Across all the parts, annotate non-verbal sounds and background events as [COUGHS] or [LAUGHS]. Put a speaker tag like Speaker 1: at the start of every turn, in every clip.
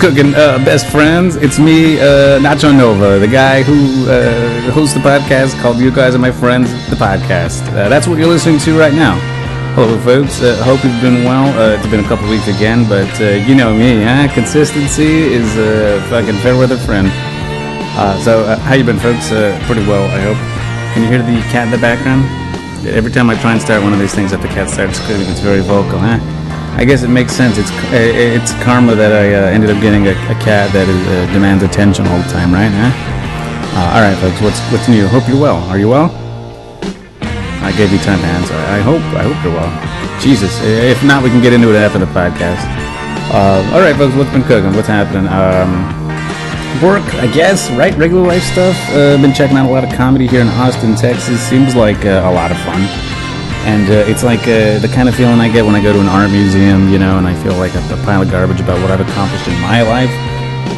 Speaker 1: cooking uh, Best Friends. It's me, uh, Nacho Nova, the guy who uh, hosts the podcast called You Guys Are My Friends, the podcast. Uh, that's what you're listening to right now. Hello, folks. Uh, hope you've been well. Uh, it's been a couple weeks again, but uh, you know me, huh? Consistency is a fucking fair weather friend. Uh, so, uh, how you been, folks? Uh, pretty well, I hope. Can you hear the cat in the background? Every time I try and start one of these things up, the cat starts screaming. It's very vocal, huh? I guess it makes sense. It's uh, it's karma that I uh, ended up getting a, a cat that is, uh, demands attention all the time, right? Huh? Uh, all right, folks. What's what's new? Hope you're well. Are you well? I gave you time to answer. I hope. I hope you're well. Jesus. If not, we can get into it after the podcast. Uh, all right, folks. What's been cooking? What's happening? Um, work, I guess, right? Regular life stuff. Uh, been checking out a lot of comedy here in Austin, Texas. Seems like uh, a lot of fun. And uh, it's like uh, the kind of feeling I get when I go to an art museum, you know, and I feel like a, a pile of garbage about what I've accomplished in my life.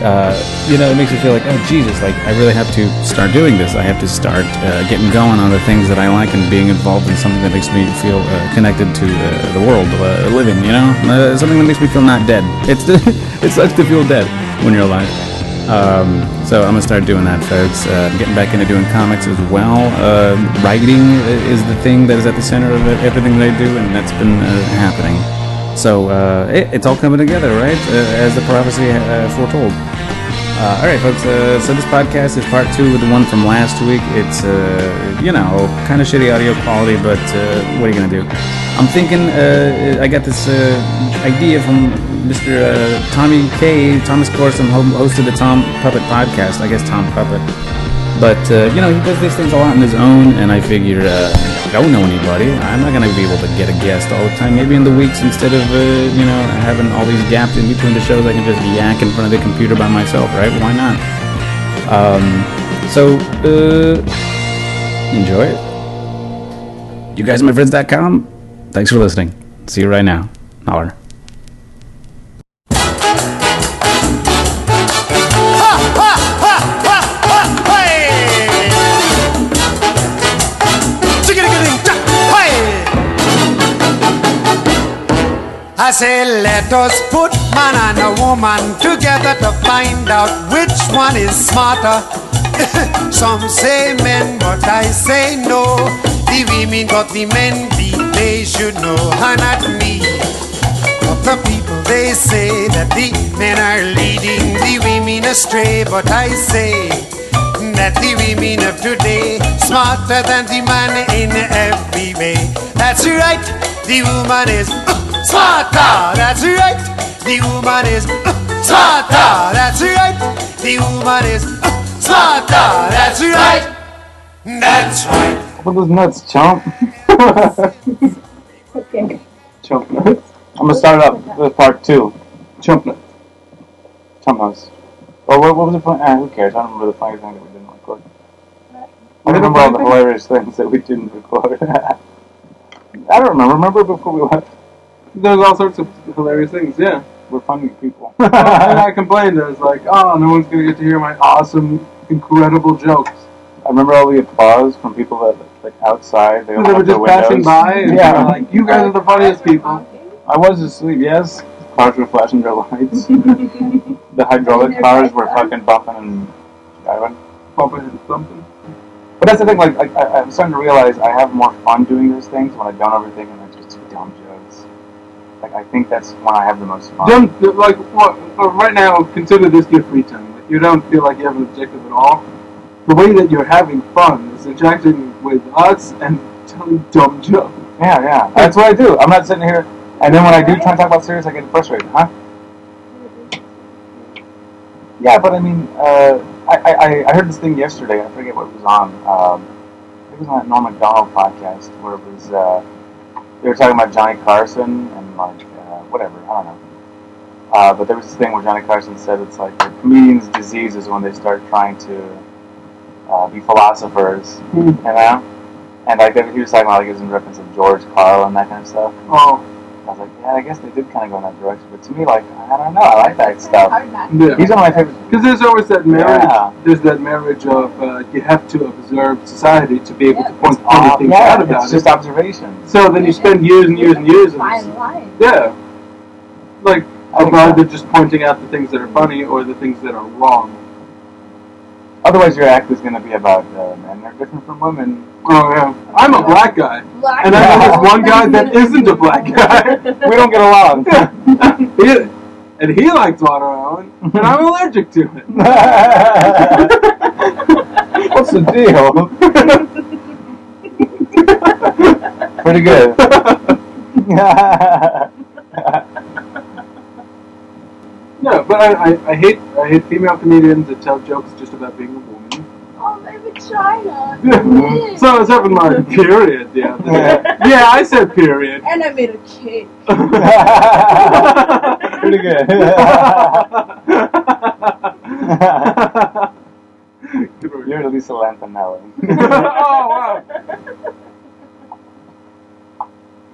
Speaker 1: Uh, you know, it makes me feel like, oh, Jesus, like, I really have to start doing this. I have to start uh, getting going on the things that I like and being involved in something that makes me feel uh, connected to uh, the world, uh, living, you know? Uh, something that makes me feel not dead. [LAUGHS] It's it sucks to feel dead when you're alive. Um, so I'm gonna start doing that, folks. Uh, I'm getting back into doing comics as well. Uh, writing i- is the thing that is at the center of it- everything that I do, and that's been uh, happening. So uh, it, it's all coming together, right? Uh, as the prophecy uh, foretold. Uh, all right, folks. Uh, so this podcast is part two with the one from last week. It's uh, you know kind of shitty audio quality, but uh, what are you gonna do? I'm thinking uh, I got this uh, idea from Mr. Uh, Tommy K. Thomas Corson, ho- host of the Tom Puppet podcast. I guess Tom Puppet. But uh, you know he does these things a lot on his own, and I figure uh, I don't know anybody. I'm not gonna be able to get a guest all the time. Maybe in the weeks instead of uh, you know having all these gaps in between the shows, I can just yak in front of the computer by myself, right? Why not? Um, so uh, enjoy it. You guys, are my friends.com. Thanks for listening. See you right now. Holler.
Speaker 2: I say let us put man and a woman together to find out which one is smarter. [LAUGHS] Some say men, but I say no. The women got the men beat, they should know, and not me. But the people they say that the men are leading the women astray, but I say that the women of today smarter than the man in every way. That's right, the woman is uh, smarter. That's right, the woman is uh, smarter. That's right, the woman is uh, smarter. That's right. That's right.
Speaker 3: What was nuts, chump?
Speaker 4: Okay.
Speaker 3: chump nuts. I'm gonna start up with part two. Chump nuts. Chump nuts. Or what, what was the point? Ah, who cares? I don't remember the funny thing that we didn't record. I remember all the hilarious things that we didn't record. [LAUGHS] I don't remember. Remember before we left?
Speaker 5: There's all sorts of hilarious things, yeah.
Speaker 3: We're funny [LAUGHS] people.
Speaker 5: and I
Speaker 3: I
Speaker 5: complained, I was like, oh, no one's going to get to hear my awesome, incredible jokes.
Speaker 3: remember all the applause from people that, like, outside. They
Speaker 5: They were
Speaker 3: opened
Speaker 5: just
Speaker 3: their
Speaker 5: passing
Speaker 3: windows.
Speaker 5: by, and
Speaker 3: Yeah.
Speaker 5: they were like, you guys are the funniest people.
Speaker 3: I was asleep, yes. Cars were flashing their lights. the hydraulic cars were fucking bumping and driving.
Speaker 5: Bumping into something.
Speaker 3: But that's the thing, like, I, I, I'm starting to realize I have more fun doing those things when I don't overthink and I just do dumb jokes. Like, I think that's when I have the most fun.
Speaker 5: Don't, like, what, uh, right now, consider this your free time. Like, you don't feel like you have an objective at all. The way that you're having fun is interacting with us and telling dumb jokes.
Speaker 3: Yeah, yeah. That's what I do. I'm not sitting here, and then when I do try and talk about serious, I get frustrated, huh? Yeah, but I mean, uh, I, I, I heard this thing yesterday. I forget what it was on. Um, it was on that Norm Macdonald podcast where it was uh, they were talking about Johnny Carson and like uh, whatever. I don't know. Uh, but there was this thing where Johnny Carson said it's like the comedian's disease is when they start trying to uh, be philosophers,
Speaker 5: Hmm.
Speaker 3: you know. And like they- he was talking about like it was in reference to George Carl and that kind of stuff.
Speaker 5: Oh,
Speaker 3: I was like, yeah, I guess they did kind of go in that direction. But to me, like, I don't know, I like that stuff.
Speaker 5: yeah.
Speaker 3: He's one of my favorite
Speaker 5: Because there's always that marriage.
Speaker 3: Yeah.
Speaker 5: There's that marriage of uh, you have to observe society to be able to point funny
Speaker 3: Uh,
Speaker 5: things
Speaker 3: yeah,
Speaker 5: out about
Speaker 3: it's
Speaker 5: it.
Speaker 3: just observations.
Speaker 5: So then you spend years and years and years. of
Speaker 4: Fine
Speaker 5: this.
Speaker 4: line.
Speaker 5: yeah. Like I'm glad they're just pointing out the things that are funny or the things that are wrong.
Speaker 3: Otherwise, your act is going to be about uh, men are different from women.
Speaker 5: Oh, yeah. I'm a black guy. [LAUGHS]
Speaker 4: Black
Speaker 5: And I know
Speaker 4: people.
Speaker 5: there's one guy that isn't a black guy.
Speaker 4: [LAUGHS]
Speaker 3: We don't get along.
Speaker 5: [LAUGHS] He- and he likes water island, and I'm allergic to [LAUGHS] it.
Speaker 3: What's the
Speaker 5: [LAUGHS]
Speaker 3: deal?
Speaker 5: [LAUGHS]
Speaker 3: Pretty good.
Speaker 5: no, but I, I, I hate I hate female comedians that tell jokes just about being a woman.
Speaker 4: Oh, my vagina.
Speaker 5: Yeah. [LAUGHS] so I was having my period the other day. Mm-hmm. Yeah, I said [LAUGHS] period.
Speaker 4: And I made a cake.
Speaker 3: Pretty good. You're
Speaker 5: [LAUGHS]
Speaker 3: Lisa Lampanelli.
Speaker 5: [LAUGHS] oh wow!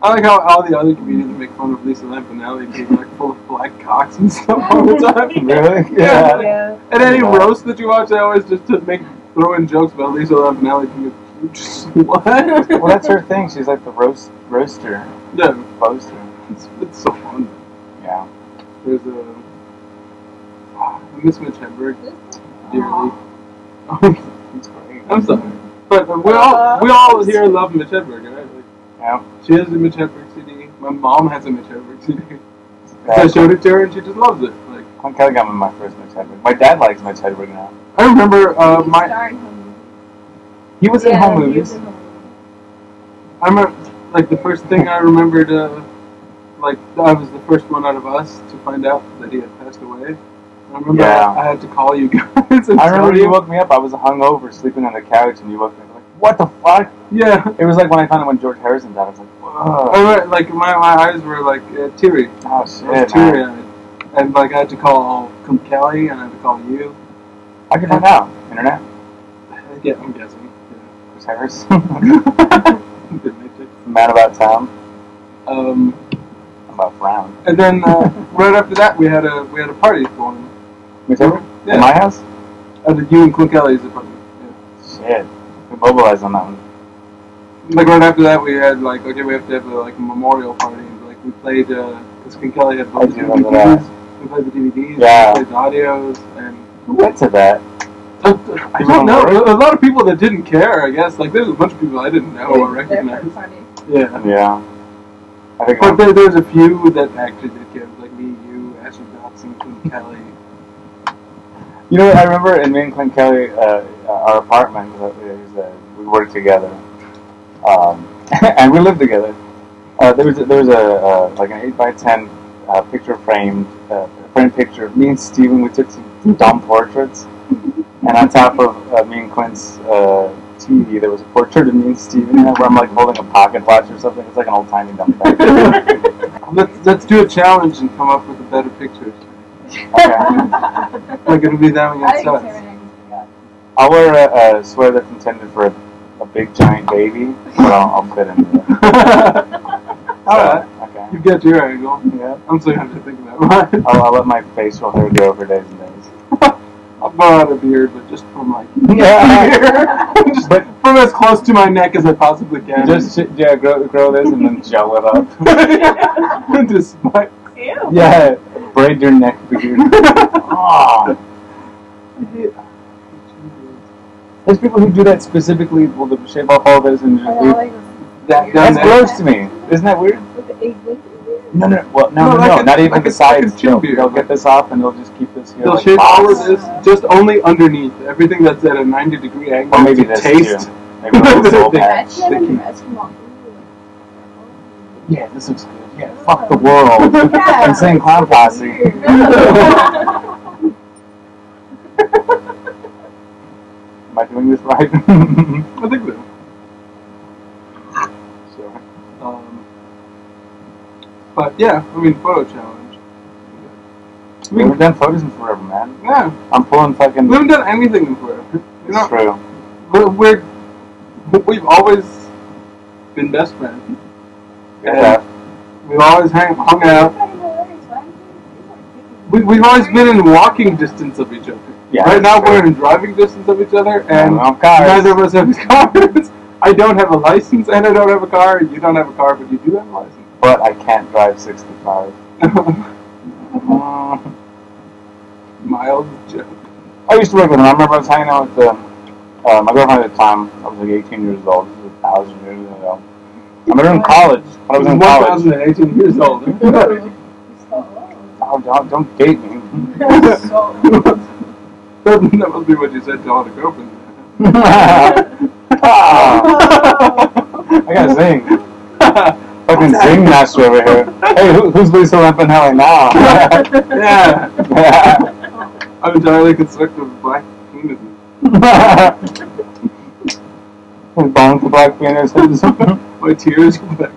Speaker 5: I like how all the other comedians make fun of Lisa Lampanelli being like full of black cocks and [LAUGHS] stuff all the time.
Speaker 3: [LAUGHS] really?
Speaker 5: Yeah.
Speaker 4: Yeah.
Speaker 5: And any roast that you watch, they always just to make throw in jokes about Lisa Lampanelli being [LAUGHS] a huge slut.
Speaker 3: Well, that's her thing. She's like the roast roaster,
Speaker 5: no,
Speaker 3: roaster.
Speaker 5: it's, it's so fun.
Speaker 3: Yeah.
Speaker 5: There's a I miss Mitch Hedberg dearly.
Speaker 3: It's great.
Speaker 5: I'm sorry, [LAUGHS] but we all we all here love Mitch Hedberg, right? Like,
Speaker 3: Yeah.
Speaker 5: She has a Mitch Hedberg CD. My mom has a Mitch Hedberg [LAUGHS] CD. So I
Speaker 3: That's
Speaker 5: showed it to her and she just loves it. Like
Speaker 3: Clint Uh, Kelly got me my first Mitch Hedberg. My dad likes Mitch Hedberg now.
Speaker 5: I remember uh, my
Speaker 3: He was in home movies.
Speaker 5: I remember like the first thing I remembered uh, like I was the first one out of us to find out that he had passed away. I remember
Speaker 3: Yeah.
Speaker 5: I, I had to call you [LAUGHS] guys. And
Speaker 3: I remember
Speaker 5: tell
Speaker 3: you woke me up. I was hungover, sleeping on the couch, and you woke me up like, "What the fuck?"
Speaker 5: Yeah.
Speaker 3: It was like when I found out when George Harrison died. I was like,
Speaker 5: I
Speaker 3: "Whoa,
Speaker 5: remember, like my, my eyes were like uh, teary.
Speaker 3: oh
Speaker 5: I was
Speaker 3: shit,
Speaker 5: teary
Speaker 3: man.
Speaker 5: eyed. And like I had to call Kelly and I had to call you.
Speaker 3: I can find out. Internet,
Speaker 5: Yeah, I'm guessing.
Speaker 3: George Harrison, [LAUGHS]
Speaker 5: Yeah. Didn't make it.
Speaker 3: Man About Town,
Speaker 5: Um,
Speaker 3: About Brown,
Speaker 5: and then uh, right after that we had a we had a party for him.
Speaker 3: Mitch Hedberg
Speaker 5: Yeah.
Speaker 3: in my house.
Speaker 5: Uh, the you and Clint Kelly's apartment.
Speaker 3: Shit, we mobilized on that one.
Speaker 5: Yeah. Like right after that, we had like okay, we have to have a, like a memorial party. And, like we played because Clint Kelly had
Speaker 3: I
Speaker 5: both the
Speaker 3: do remember that.
Speaker 5: DVDs. We played the DVDs.
Speaker 3: Yeah.
Speaker 5: We played the audios and.
Speaker 3: Who went to that?
Speaker 5: I I don't know.
Speaker 3: remember?
Speaker 5: A lot of people that didn't care, I guess. Like, there's a bunch of people I didn't know or Oh, recognize. Yeah.
Speaker 3: Yeah, I think.
Speaker 5: But there, there's a few that actually did care. Like me, you, Ashley Dotson, Clint
Speaker 3: [LAUGHS]
Speaker 5: Kelly.
Speaker 3: You know, I remember in me and Clint Kelly, uh, our apartment, uh, it was, uh, we worked together, um, [LAUGHS] and we lived together. Uh, there was a, there was a uh, like an eight by ten uh, picture framed uh, framed picture. Me and Steven, we took some, some dumb portraits, and on top of uh, me and Clint's uh, TV, there was a portrait of me and Steven where I'm like holding a pocket watch or something. It's like an old timey dumb thing.
Speaker 5: [LAUGHS] Let's, let's do a challenge and come up with a better picture. Like, it'll be them
Speaker 4: I
Speaker 5: against
Speaker 4: think
Speaker 5: us.
Speaker 4: Karen
Speaker 3: I'll wear a, a sweater that's intended for a, a big giant baby, but I'll, I'll fit into it.
Speaker 5: [LAUGHS]
Speaker 3: Oh.
Speaker 5: Alright.
Speaker 3: Okay.
Speaker 5: You've got your angle.
Speaker 3: Yeah.
Speaker 5: I'm still have to think about mine. [LAUGHS]
Speaker 3: I'll, I'll let my facial hair go for days and days.
Speaker 5: I'll grow out a beard, but just from like
Speaker 3: [LAUGHS] Yeah.
Speaker 5: here. [LAUGHS] just
Speaker 3: But-
Speaker 5: from as close to my neck as I possibly can. [LAUGHS]
Speaker 3: Just sh- yeah, grow, grow this and then gel it up.
Speaker 5: despite.
Speaker 4: Ew.
Speaker 3: [LAUGHS] Yeah, braid your Ah. neck [LAUGHS] beard. Aw. There's people who do that specifically. Will they shave off all this and
Speaker 4: I
Speaker 3: just
Speaker 4: don't
Speaker 3: leave?
Speaker 4: like
Speaker 5: That,
Speaker 3: That's
Speaker 5: that-
Speaker 3: gross to me. Isn't that weird?
Speaker 4: with the egg whipping.
Speaker 3: No, no, well, no,
Speaker 5: No,
Speaker 3: no, no,
Speaker 5: like a-
Speaker 3: not even
Speaker 5: like
Speaker 3: the
Speaker 5: a-
Speaker 3: sides.
Speaker 5: like a chin
Speaker 3: they'll,
Speaker 5: beard.
Speaker 3: they'll get this off and they'll just keep this here.
Speaker 5: They'll
Speaker 3: like,
Speaker 5: shave all of
Speaker 3: box.
Speaker 5: this, just only underneath. Everything that's at a 90 degree angle
Speaker 3: Or maybe
Speaker 5: to
Speaker 3: this
Speaker 5: taste.
Speaker 3: too. [LAUGHS] Maybe a little soul
Speaker 5: They-
Speaker 3: patch.
Speaker 4: Imagine an
Speaker 5: sticky.
Speaker 4: Eskimo.
Speaker 3: Yeah, this looks good. Yeah, fuck the [LAUGHS] world.
Speaker 4: Yeah.
Speaker 3: I'm saying
Speaker 4: [LAUGHS]
Speaker 3: clown [LAUGHS] posse. Am I doing this [LAUGHS]
Speaker 5: I
Speaker 3: right?
Speaker 5: think so.
Speaker 3: Sure.
Speaker 5: Um, but yeah, I mean, photo challenge.
Speaker 3: We haven't done photos in forever, man.
Speaker 5: Yeah,
Speaker 3: I'm pulling fucking.
Speaker 5: we haven't done anything in forever. You
Speaker 3: It's
Speaker 5: know,
Speaker 3: true.
Speaker 5: we're, we're, we've always been best friends.
Speaker 3: Yeah.
Speaker 5: We've always hang, hung out. We, we've always been in walking distance of each other.
Speaker 3: Yeah,
Speaker 5: right now
Speaker 3: that's true.
Speaker 5: we're in driving distance of each other, and
Speaker 3: Well, cars.
Speaker 5: neither of us have [LAUGHS] cars. I don't have a license, and I don't have a [LAUGHS] car. You don't have a car, but you do have a
Speaker 3: But I can't drive 65.
Speaker 5: license.
Speaker 3: Uh,
Speaker 5: Mild joke.
Speaker 3: I used to work with him. I remember I was hanging out with um, uh, my girlfriend at the time. I was like 18 years old. This is a thousand years ago. I remember in college. When I was in college.
Speaker 5: 1,018 years
Speaker 3: [LAUGHS]
Speaker 5: old. [LAUGHS]
Speaker 4: So
Speaker 3: Oh, don't, don't date me. [LAUGHS]
Speaker 4: old. So old.
Speaker 5: that must be what you said to all the girlfriends.
Speaker 3: [LAUGHS] Ah, I gotta zing. Fucking zing master over here. Hey, who, who's Lisa Lampanelli now? [LAUGHS]
Speaker 5: yeah, I'm entirely constructed of black penises.
Speaker 3: With bones of black penises.
Speaker 5: My tears are black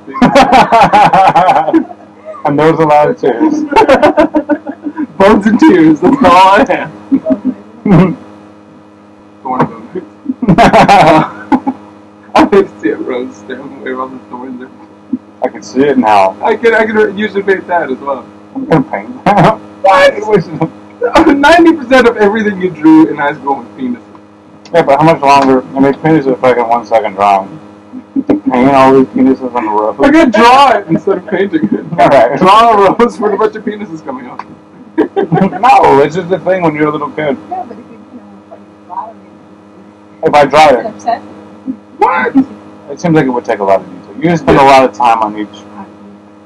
Speaker 3: [LAUGHS] and those are loud tears.
Speaker 5: penises. Bones and tears, that's all I have. Thorn of a mix. [LAUGHS] I can see a rose stem where all the thorns are.
Speaker 3: [LAUGHS] I can see it now.
Speaker 5: I can, I can usually make that as well.
Speaker 3: I'm gonna paint. [LAUGHS] What? It was-
Speaker 5: [LAUGHS] 90% of everything you drew in high school was penises.
Speaker 3: Yeah, but how much longer? I mean, penis is fucking one second drawing. Paint all these penises on the road.
Speaker 5: I
Speaker 3: [LAUGHS]
Speaker 5: could draw it instead of painting it. [LAUGHS]
Speaker 3: Alright.
Speaker 5: Draw a rose with a bunch of penises coming out.
Speaker 3: no, it's just a thing when you're a little kid.
Speaker 4: Yeah, but if you put on a fucking lottery,
Speaker 3: If I draw
Speaker 4: it's
Speaker 3: it,
Speaker 4: upset.
Speaker 5: what?
Speaker 3: it seems like it would take a lot of detail. You spend a lot of time on
Speaker 5: [LAUGHS]
Speaker 3: each.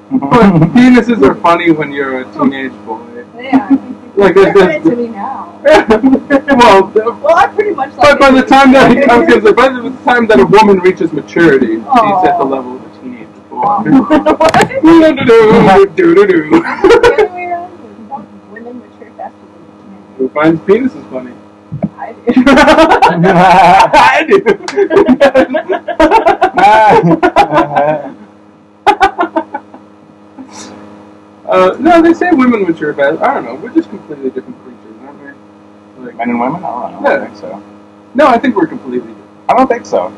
Speaker 5: But penises are funny when you're a teenage boy.
Speaker 4: Yeah, I think
Speaker 5: Like,
Speaker 4: you
Speaker 5: like
Speaker 4: explain it
Speaker 5: the-
Speaker 4: to me now.
Speaker 5: well, the-
Speaker 4: Well, I pretty much like
Speaker 5: but by
Speaker 4: it.
Speaker 5: the time that I was gonna say, by the time that a woman reaches maturity, she's at the
Speaker 4: Aw.
Speaker 5: level of a teenage boy.
Speaker 4: Aw. What? The
Speaker 5: Do-do-do-do-do-do.
Speaker 4: other way around, it's not women mature faster than
Speaker 5: Who finds penises funny?
Speaker 4: men. I
Speaker 5: [LAUGHS]
Speaker 4: do.
Speaker 5: I do. [LAUGHS] uh, no, they say women mature fast. I don't know. We're just completely different creatures, aren't we? Like,
Speaker 3: Men and women? I don't know. I don't think so.
Speaker 5: no, I think we're completely different.
Speaker 3: I don't think so.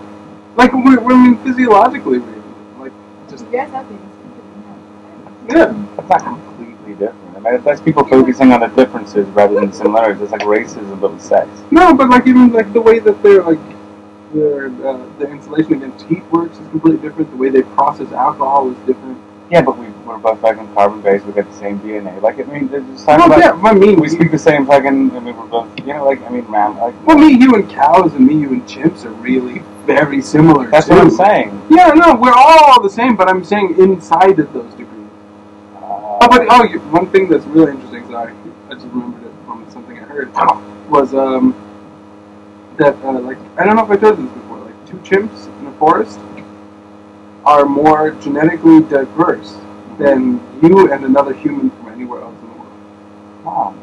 Speaker 5: Like we're, we're I mean, physiologically, we're like just
Speaker 4: You guys have been listening to me
Speaker 5: yeah.
Speaker 3: That's not completely different. I mean, that's people focusing on the differences rather than similarities. It's like racism, but with sex.
Speaker 5: No, but like even like the way that they're like their uh, the insulation against heat works is completely different. The way they process alcohol is different.
Speaker 3: Yeah, but we, we're both fucking carbon based. We got the same DNA. Like, I mean, there's just
Speaker 5: Well,
Speaker 3: talking about.
Speaker 5: Oh, yeah, I mean,
Speaker 3: We speak the same fucking. I mean, we're both. You know, like, I mean, man, like.
Speaker 5: Well, me, you, and cows, and me, you, and chimps are really very similar.
Speaker 3: That's
Speaker 5: too.
Speaker 3: what I'm saying.
Speaker 5: Yeah, no, we're all, the same, but I'm saying inside of those degrees.
Speaker 3: Uh,
Speaker 5: Oh, but oh, you, one thing that's really interesting. Sorry, I just remembered it from something I heard. [LAUGHS] Was um that uh, like I don't know if I told you this before. Like two chimps in a forest are more genetically diverse than you and another human from anywhere else in the world.
Speaker 3: wow.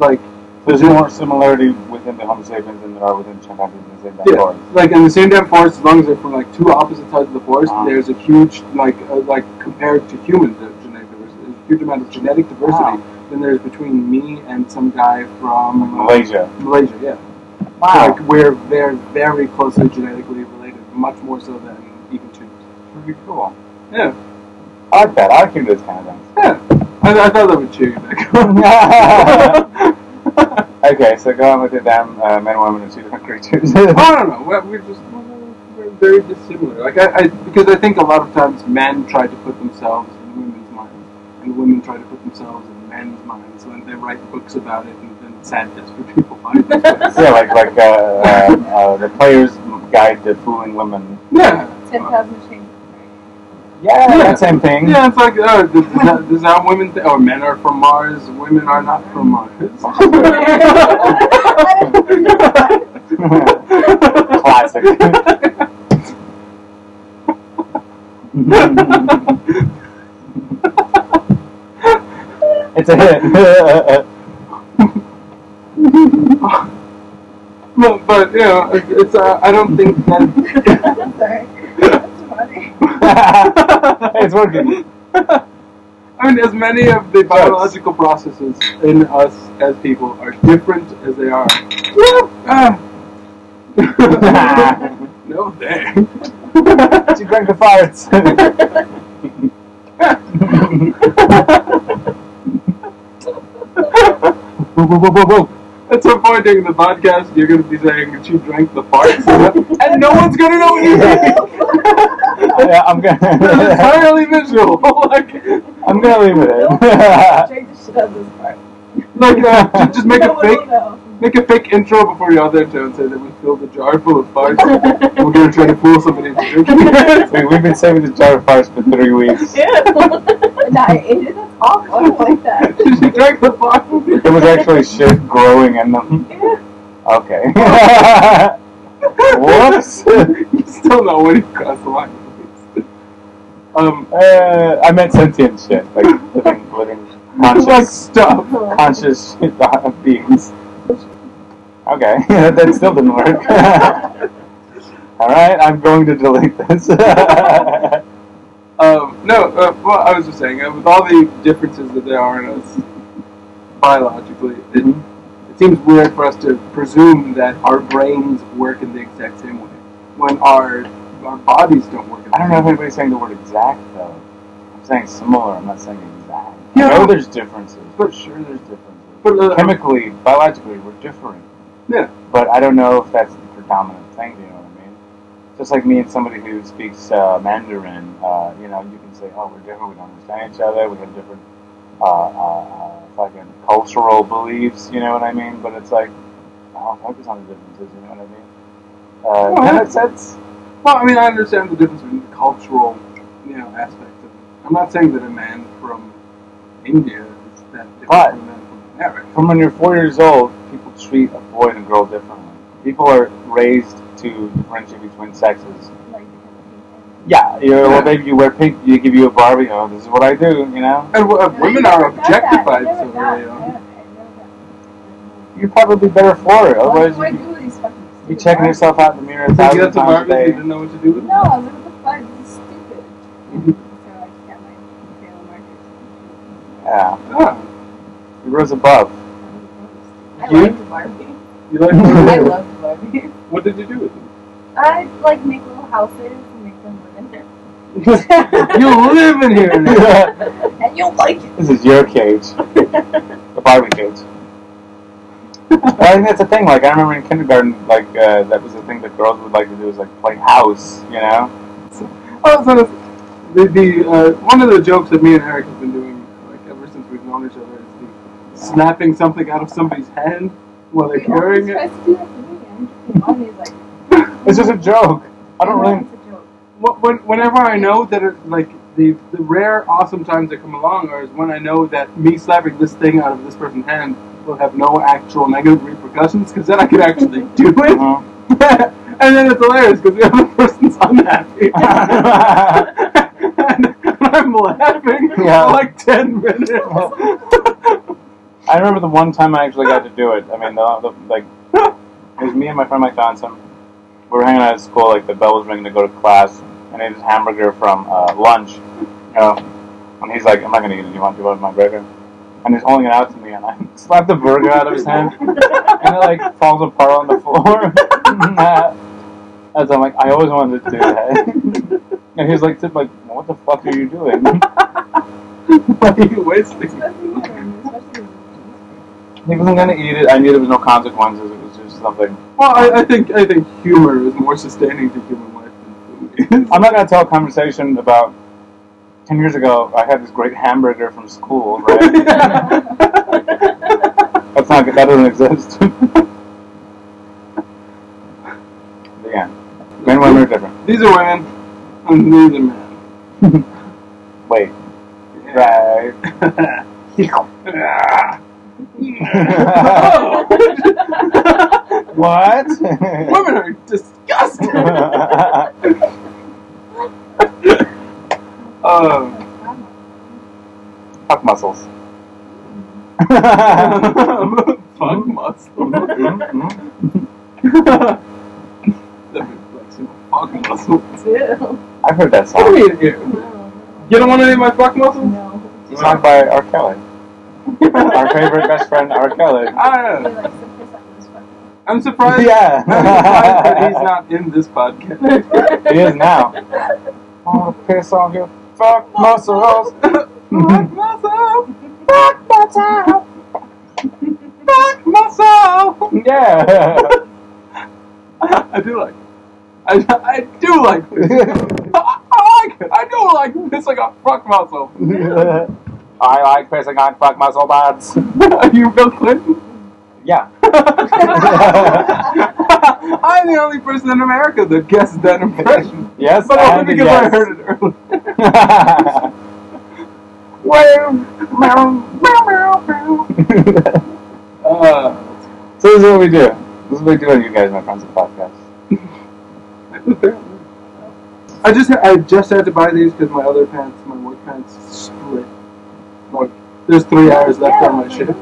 Speaker 5: Like
Speaker 3: There's more similarity within the Homo sapiens than there are within chimpanzees and the same
Speaker 5: Yeah.
Speaker 3: dinosaurs.
Speaker 5: like in the same damn forest, as long as they're from like two opposite sides of the forest,
Speaker 3: Ah.
Speaker 5: there's a huge like uh, like compared to human di- genetic diversity, there's a huge amount of genetic diversity
Speaker 3: Wow.
Speaker 5: than there's between me and some guy from uh,
Speaker 3: Malaysia.
Speaker 5: Malaysia, yeah.
Speaker 3: Wow.
Speaker 5: Like we're very very closely genetically related, much more so than even two.
Speaker 3: Pretty cool.
Speaker 5: Yeah,
Speaker 3: I like that. I like hearing those kind of things.
Speaker 5: yeah. I, I thought that would cheer you back [LAUGHS] up.
Speaker 3: Okay, so go on with it then. Uh, men and women are two different creatures. [LAUGHS]
Speaker 5: I don't know. We're, we're just we're very dissimilar. Like I, I, because I think a lot of times men try to put themselves in women's minds, and women try to put themselves in men's minds. So they write books about it, and then it's sad desperate people [LAUGHS] find those books.
Speaker 3: yeah, like like uh, uh, uh, the player's guide to fooling women.
Speaker 5: yeah,
Speaker 4: Ten thousand
Speaker 3: [LAUGHS]
Speaker 4: changes.
Speaker 3: Yeah,
Speaker 5: Oh, Yeah.
Speaker 3: that same thing.
Speaker 5: yeah. It's like oh, this, is how, this is how women. Th- or men are from Mars. Women are not from Mars.
Speaker 3: [LAUGHS] [LAUGHS] Classic. [LAUGHS] it's a hit. [LAUGHS]
Speaker 5: No, but you know, it- it's. Uh, I don't think that.
Speaker 4: I'm sorry. That's
Speaker 3: [LAUGHS]
Speaker 4: funny.
Speaker 3: it's working. [LAUGHS]
Speaker 5: I mean, as many of the biological processes in us as people are different as they are. Ah. uh,
Speaker 3: [LAUGHS]
Speaker 5: no, there.
Speaker 3: she drank the
Speaker 5: [LAUGHS]
Speaker 3: farts. Whoa, whoa, whoa, whoa, whoa.
Speaker 5: At some point during the podcast, you're going to be saying that you drank the farts, and no one's going to know what you did.
Speaker 3: [LAUGHS] Yeah, I'm
Speaker 5: That's
Speaker 3: gonna. [LAUGHS]
Speaker 5: entirely visual. [LAUGHS] like, [LAUGHS]
Speaker 3: I'm gonna leave it in. [LAUGHS]
Speaker 4: Change the she does this part.
Speaker 5: Like, uh, ju- just make
Speaker 4: no
Speaker 5: a
Speaker 4: one
Speaker 5: fake,
Speaker 4: Will know.
Speaker 5: make a fake intro before you're out there, Joe, and say that we filled a jar full of farts. and we're gonna try to fool somebody into drinking. it. [LAUGHS]
Speaker 3: [LAUGHS] We, we've been saving the jar of farts for three weeks.
Speaker 4: Yeah. and I ate it. That's awful. I don't like
Speaker 3: [LAUGHS]
Speaker 4: that.
Speaker 5: she drank the bottle.
Speaker 3: There was actually shit growing in
Speaker 5: [LAUGHS]
Speaker 3: them.
Speaker 4: Yeah.
Speaker 3: Okay. [LAUGHS]
Speaker 5: Whoops!
Speaker 3: Whoops. Uh,
Speaker 5: you still know what it cost a lot. Um,
Speaker 3: Uh, I meant sentient shit, like living, living
Speaker 5: like
Speaker 3: conscious,
Speaker 5: stuff.
Speaker 3: conscious beings. Okay, [LAUGHS] that still didn't work. [LAUGHS] All right, I'm going to delete this. [LAUGHS]
Speaker 5: Um, no, uh, well, I was just saying, uh, with all the differences that there are in us biologically, it,
Speaker 3: Mhm.
Speaker 5: it seems weird for us to presume that our brains work in the exact same way when our our bodies don't work. In the
Speaker 3: I don't know if anybody's saying the word exact though. I'm saying similar. I'm not saying exact.
Speaker 5: Yeah.
Speaker 3: I know there's differences,
Speaker 5: But-
Speaker 3: but sure there's differences.
Speaker 5: But, uh,
Speaker 3: chemically, biologically, we're different.
Speaker 5: Yeah.
Speaker 3: But I don't know if that's the predominant thing. Do you know what I mean? Just like me and somebody who speaks uh, Mandarin, uh, you know, you can say, "Oh, we're different. We don't understand each other. We have different uh, uh, uh, fucking cultural beliefs." You know what I mean? But it's like, I don't focus on the differences. You know what I mean? Uh,
Speaker 5: Well,
Speaker 3: that
Speaker 5: I-
Speaker 3: makes sense.
Speaker 5: Well, I mean, I understand the difference between the cultural, you know, aspects of it. I'm not saying that a man from India is that different
Speaker 3: But-
Speaker 5: from a man from America.
Speaker 3: From when you're four years old, people treat a boy and a girl differently. People are raised to differentiate between sexes.
Speaker 4: Like, because
Speaker 3: Yeah, you're a little baby, you wear pink, you give you a Barbie, oh, this is what I do, you know?
Speaker 5: And uh,
Speaker 4: of me.
Speaker 5: women
Speaker 4: And I
Speaker 5: are
Speaker 4: never got that.
Speaker 5: objectified
Speaker 4: I never
Speaker 5: so
Speaker 4: got-
Speaker 5: early
Speaker 4: yeah,
Speaker 3: um,
Speaker 4: I
Speaker 5: on.
Speaker 4: never got-
Speaker 3: You're probably better for it, otherwise
Speaker 4: Why
Speaker 3: you
Speaker 4: do I do these fucking
Speaker 3: be
Speaker 4: stupid
Speaker 3: checking
Speaker 4: parts?
Speaker 3: yourself out in the mirror a
Speaker 5: Take it
Speaker 3: thousand
Speaker 5: up to
Speaker 3: times a
Speaker 5: Marvin, you
Speaker 3: day.
Speaker 5: didn't know what to do with it.
Speaker 4: No, I was like, what the fuck? This is stupid. So
Speaker 3: Mm-hmm.
Speaker 4: I just got my fail markers.
Speaker 3: Yeah,
Speaker 5: Ah,
Speaker 3: it rose above.
Speaker 4: I
Speaker 5: You?
Speaker 4: liked Barbie.
Speaker 5: you like
Speaker 3: [LAUGHS]
Speaker 4: I [LAUGHS]
Speaker 3: I
Speaker 4: loved Barbie.
Speaker 5: What did you do with it?
Speaker 4: I like make little houses and make them live in them.
Speaker 5: [LAUGHS] [LAUGHS] you live in here now.
Speaker 3: this [LAUGHS]
Speaker 4: And you'll like it.
Speaker 3: is your cage, the Barbie cage. Well, I think that's the thing. Like I remember in kindergarten, like uh, that was the thing that girls would like to do is like play house, you know?
Speaker 5: Oh, so that's- the, the uh, one of the jokes that me and Eric have been doing like ever since we've known each other is the snapping something out of somebody's hand while they're
Speaker 4: He always
Speaker 5: carrying
Speaker 4: tries
Speaker 5: it.
Speaker 4: to do that to me. I'm just Mommy's like,
Speaker 3: It's just a joke. I don't
Speaker 4: "No,
Speaker 3: really
Speaker 4: It's a joke.
Speaker 5: Wh- when, whenever I know that it, like the the rare awesome times that come along are is when I know that me slapping this thing out of this person's hand will have no actual negative repercussions because then I can actually do it.
Speaker 3: Uh-huh.
Speaker 5: and then it's hilarious because the other [LAUGHS] person's
Speaker 3: [LAUGHS]
Speaker 5: unhappy. and I'm laughing
Speaker 3: Yeah.
Speaker 5: for like 10 minutes. [LAUGHS]
Speaker 3: I remember the one time I actually got to do it. I mean, the, the, like, it was me and my friend Mike Johnson. We were hanging out at school, like, the bell was ringing to go to class, and ate his hamburger from uh, lunch, you know. And he's like, I'm not going to eat it. You want to do it with my burger? And he's holding it out to me, and I [LAUGHS] slap the burger out of his hand, and it, like, falls apart on the floor. [LAUGHS] As I'm like, I always wanted to do that. [LAUGHS] and he's like, like, what the fuck are you doing?
Speaker 5: Why are you wasting? it?
Speaker 4: Especially when, especially when
Speaker 3: He wasn't gonna eat it. I knew there was no consequences. It was just something.
Speaker 5: Well, I, I think I think humor is more sustaining to human life than food is.
Speaker 3: I'm not gonna tell a conversation about ten years ago. I had this great hamburger from school. Right? That's not. good. That doesn't exist. the end. Men and women are different.
Speaker 5: These are women, and these are men.
Speaker 3: [LAUGHS] Wait. Right. [LAUGHS] what?
Speaker 5: Women are disgusting. Um,
Speaker 3: [LAUGHS] [LAUGHS] Fuck muscles.
Speaker 5: fuck muscle.
Speaker 3: Mm-hmm,
Speaker 5: that [LAUGHS] reflects your fuck muscle.
Speaker 3: I've heard that
Speaker 5: What do
Speaker 3: song.
Speaker 5: you mean you? You don't want to name my fuck muscle?
Speaker 4: No.
Speaker 3: It's sung by R. Kelly. Our favorite best friend, R. Kelly.
Speaker 5: [LAUGHS] I,
Speaker 4: He likes to piss on his fucking-
Speaker 5: I'm surprised.
Speaker 3: Yeah.
Speaker 5: I'm surprised that he's not in this podcast.
Speaker 3: [LAUGHS] He is now. Oh, piss off your fuck muscles.
Speaker 5: [LAUGHS] fuck myself. Fuck myself. fuck myself.
Speaker 3: Yeah. [LAUGHS]
Speaker 5: I do like. I, I do
Speaker 3: [LAUGHS]
Speaker 5: like this. I, I like it. I do like this. I got fuck myself.
Speaker 3: I like pissing on fuck muscle buds.
Speaker 5: Are [LAUGHS] you Bill Clinton? [LAUGHS]
Speaker 3: yeah.
Speaker 5: I'm the only person in America that guessed that impression.
Speaker 3: Yes,
Speaker 5: But
Speaker 3: I
Speaker 5: only
Speaker 3: had to
Speaker 5: because I
Speaker 3: guess.
Speaker 5: heard it earlier.
Speaker 3: [LAUGHS] I
Speaker 5: Wow, meow, meow, meow, meow. Uh,
Speaker 3: So this is what we do. This is what we do with you guys, my friends, of the podcast.
Speaker 5: I just I just had to buy these because my other pants, my work pants, split. Like, there's three hours left on my shift.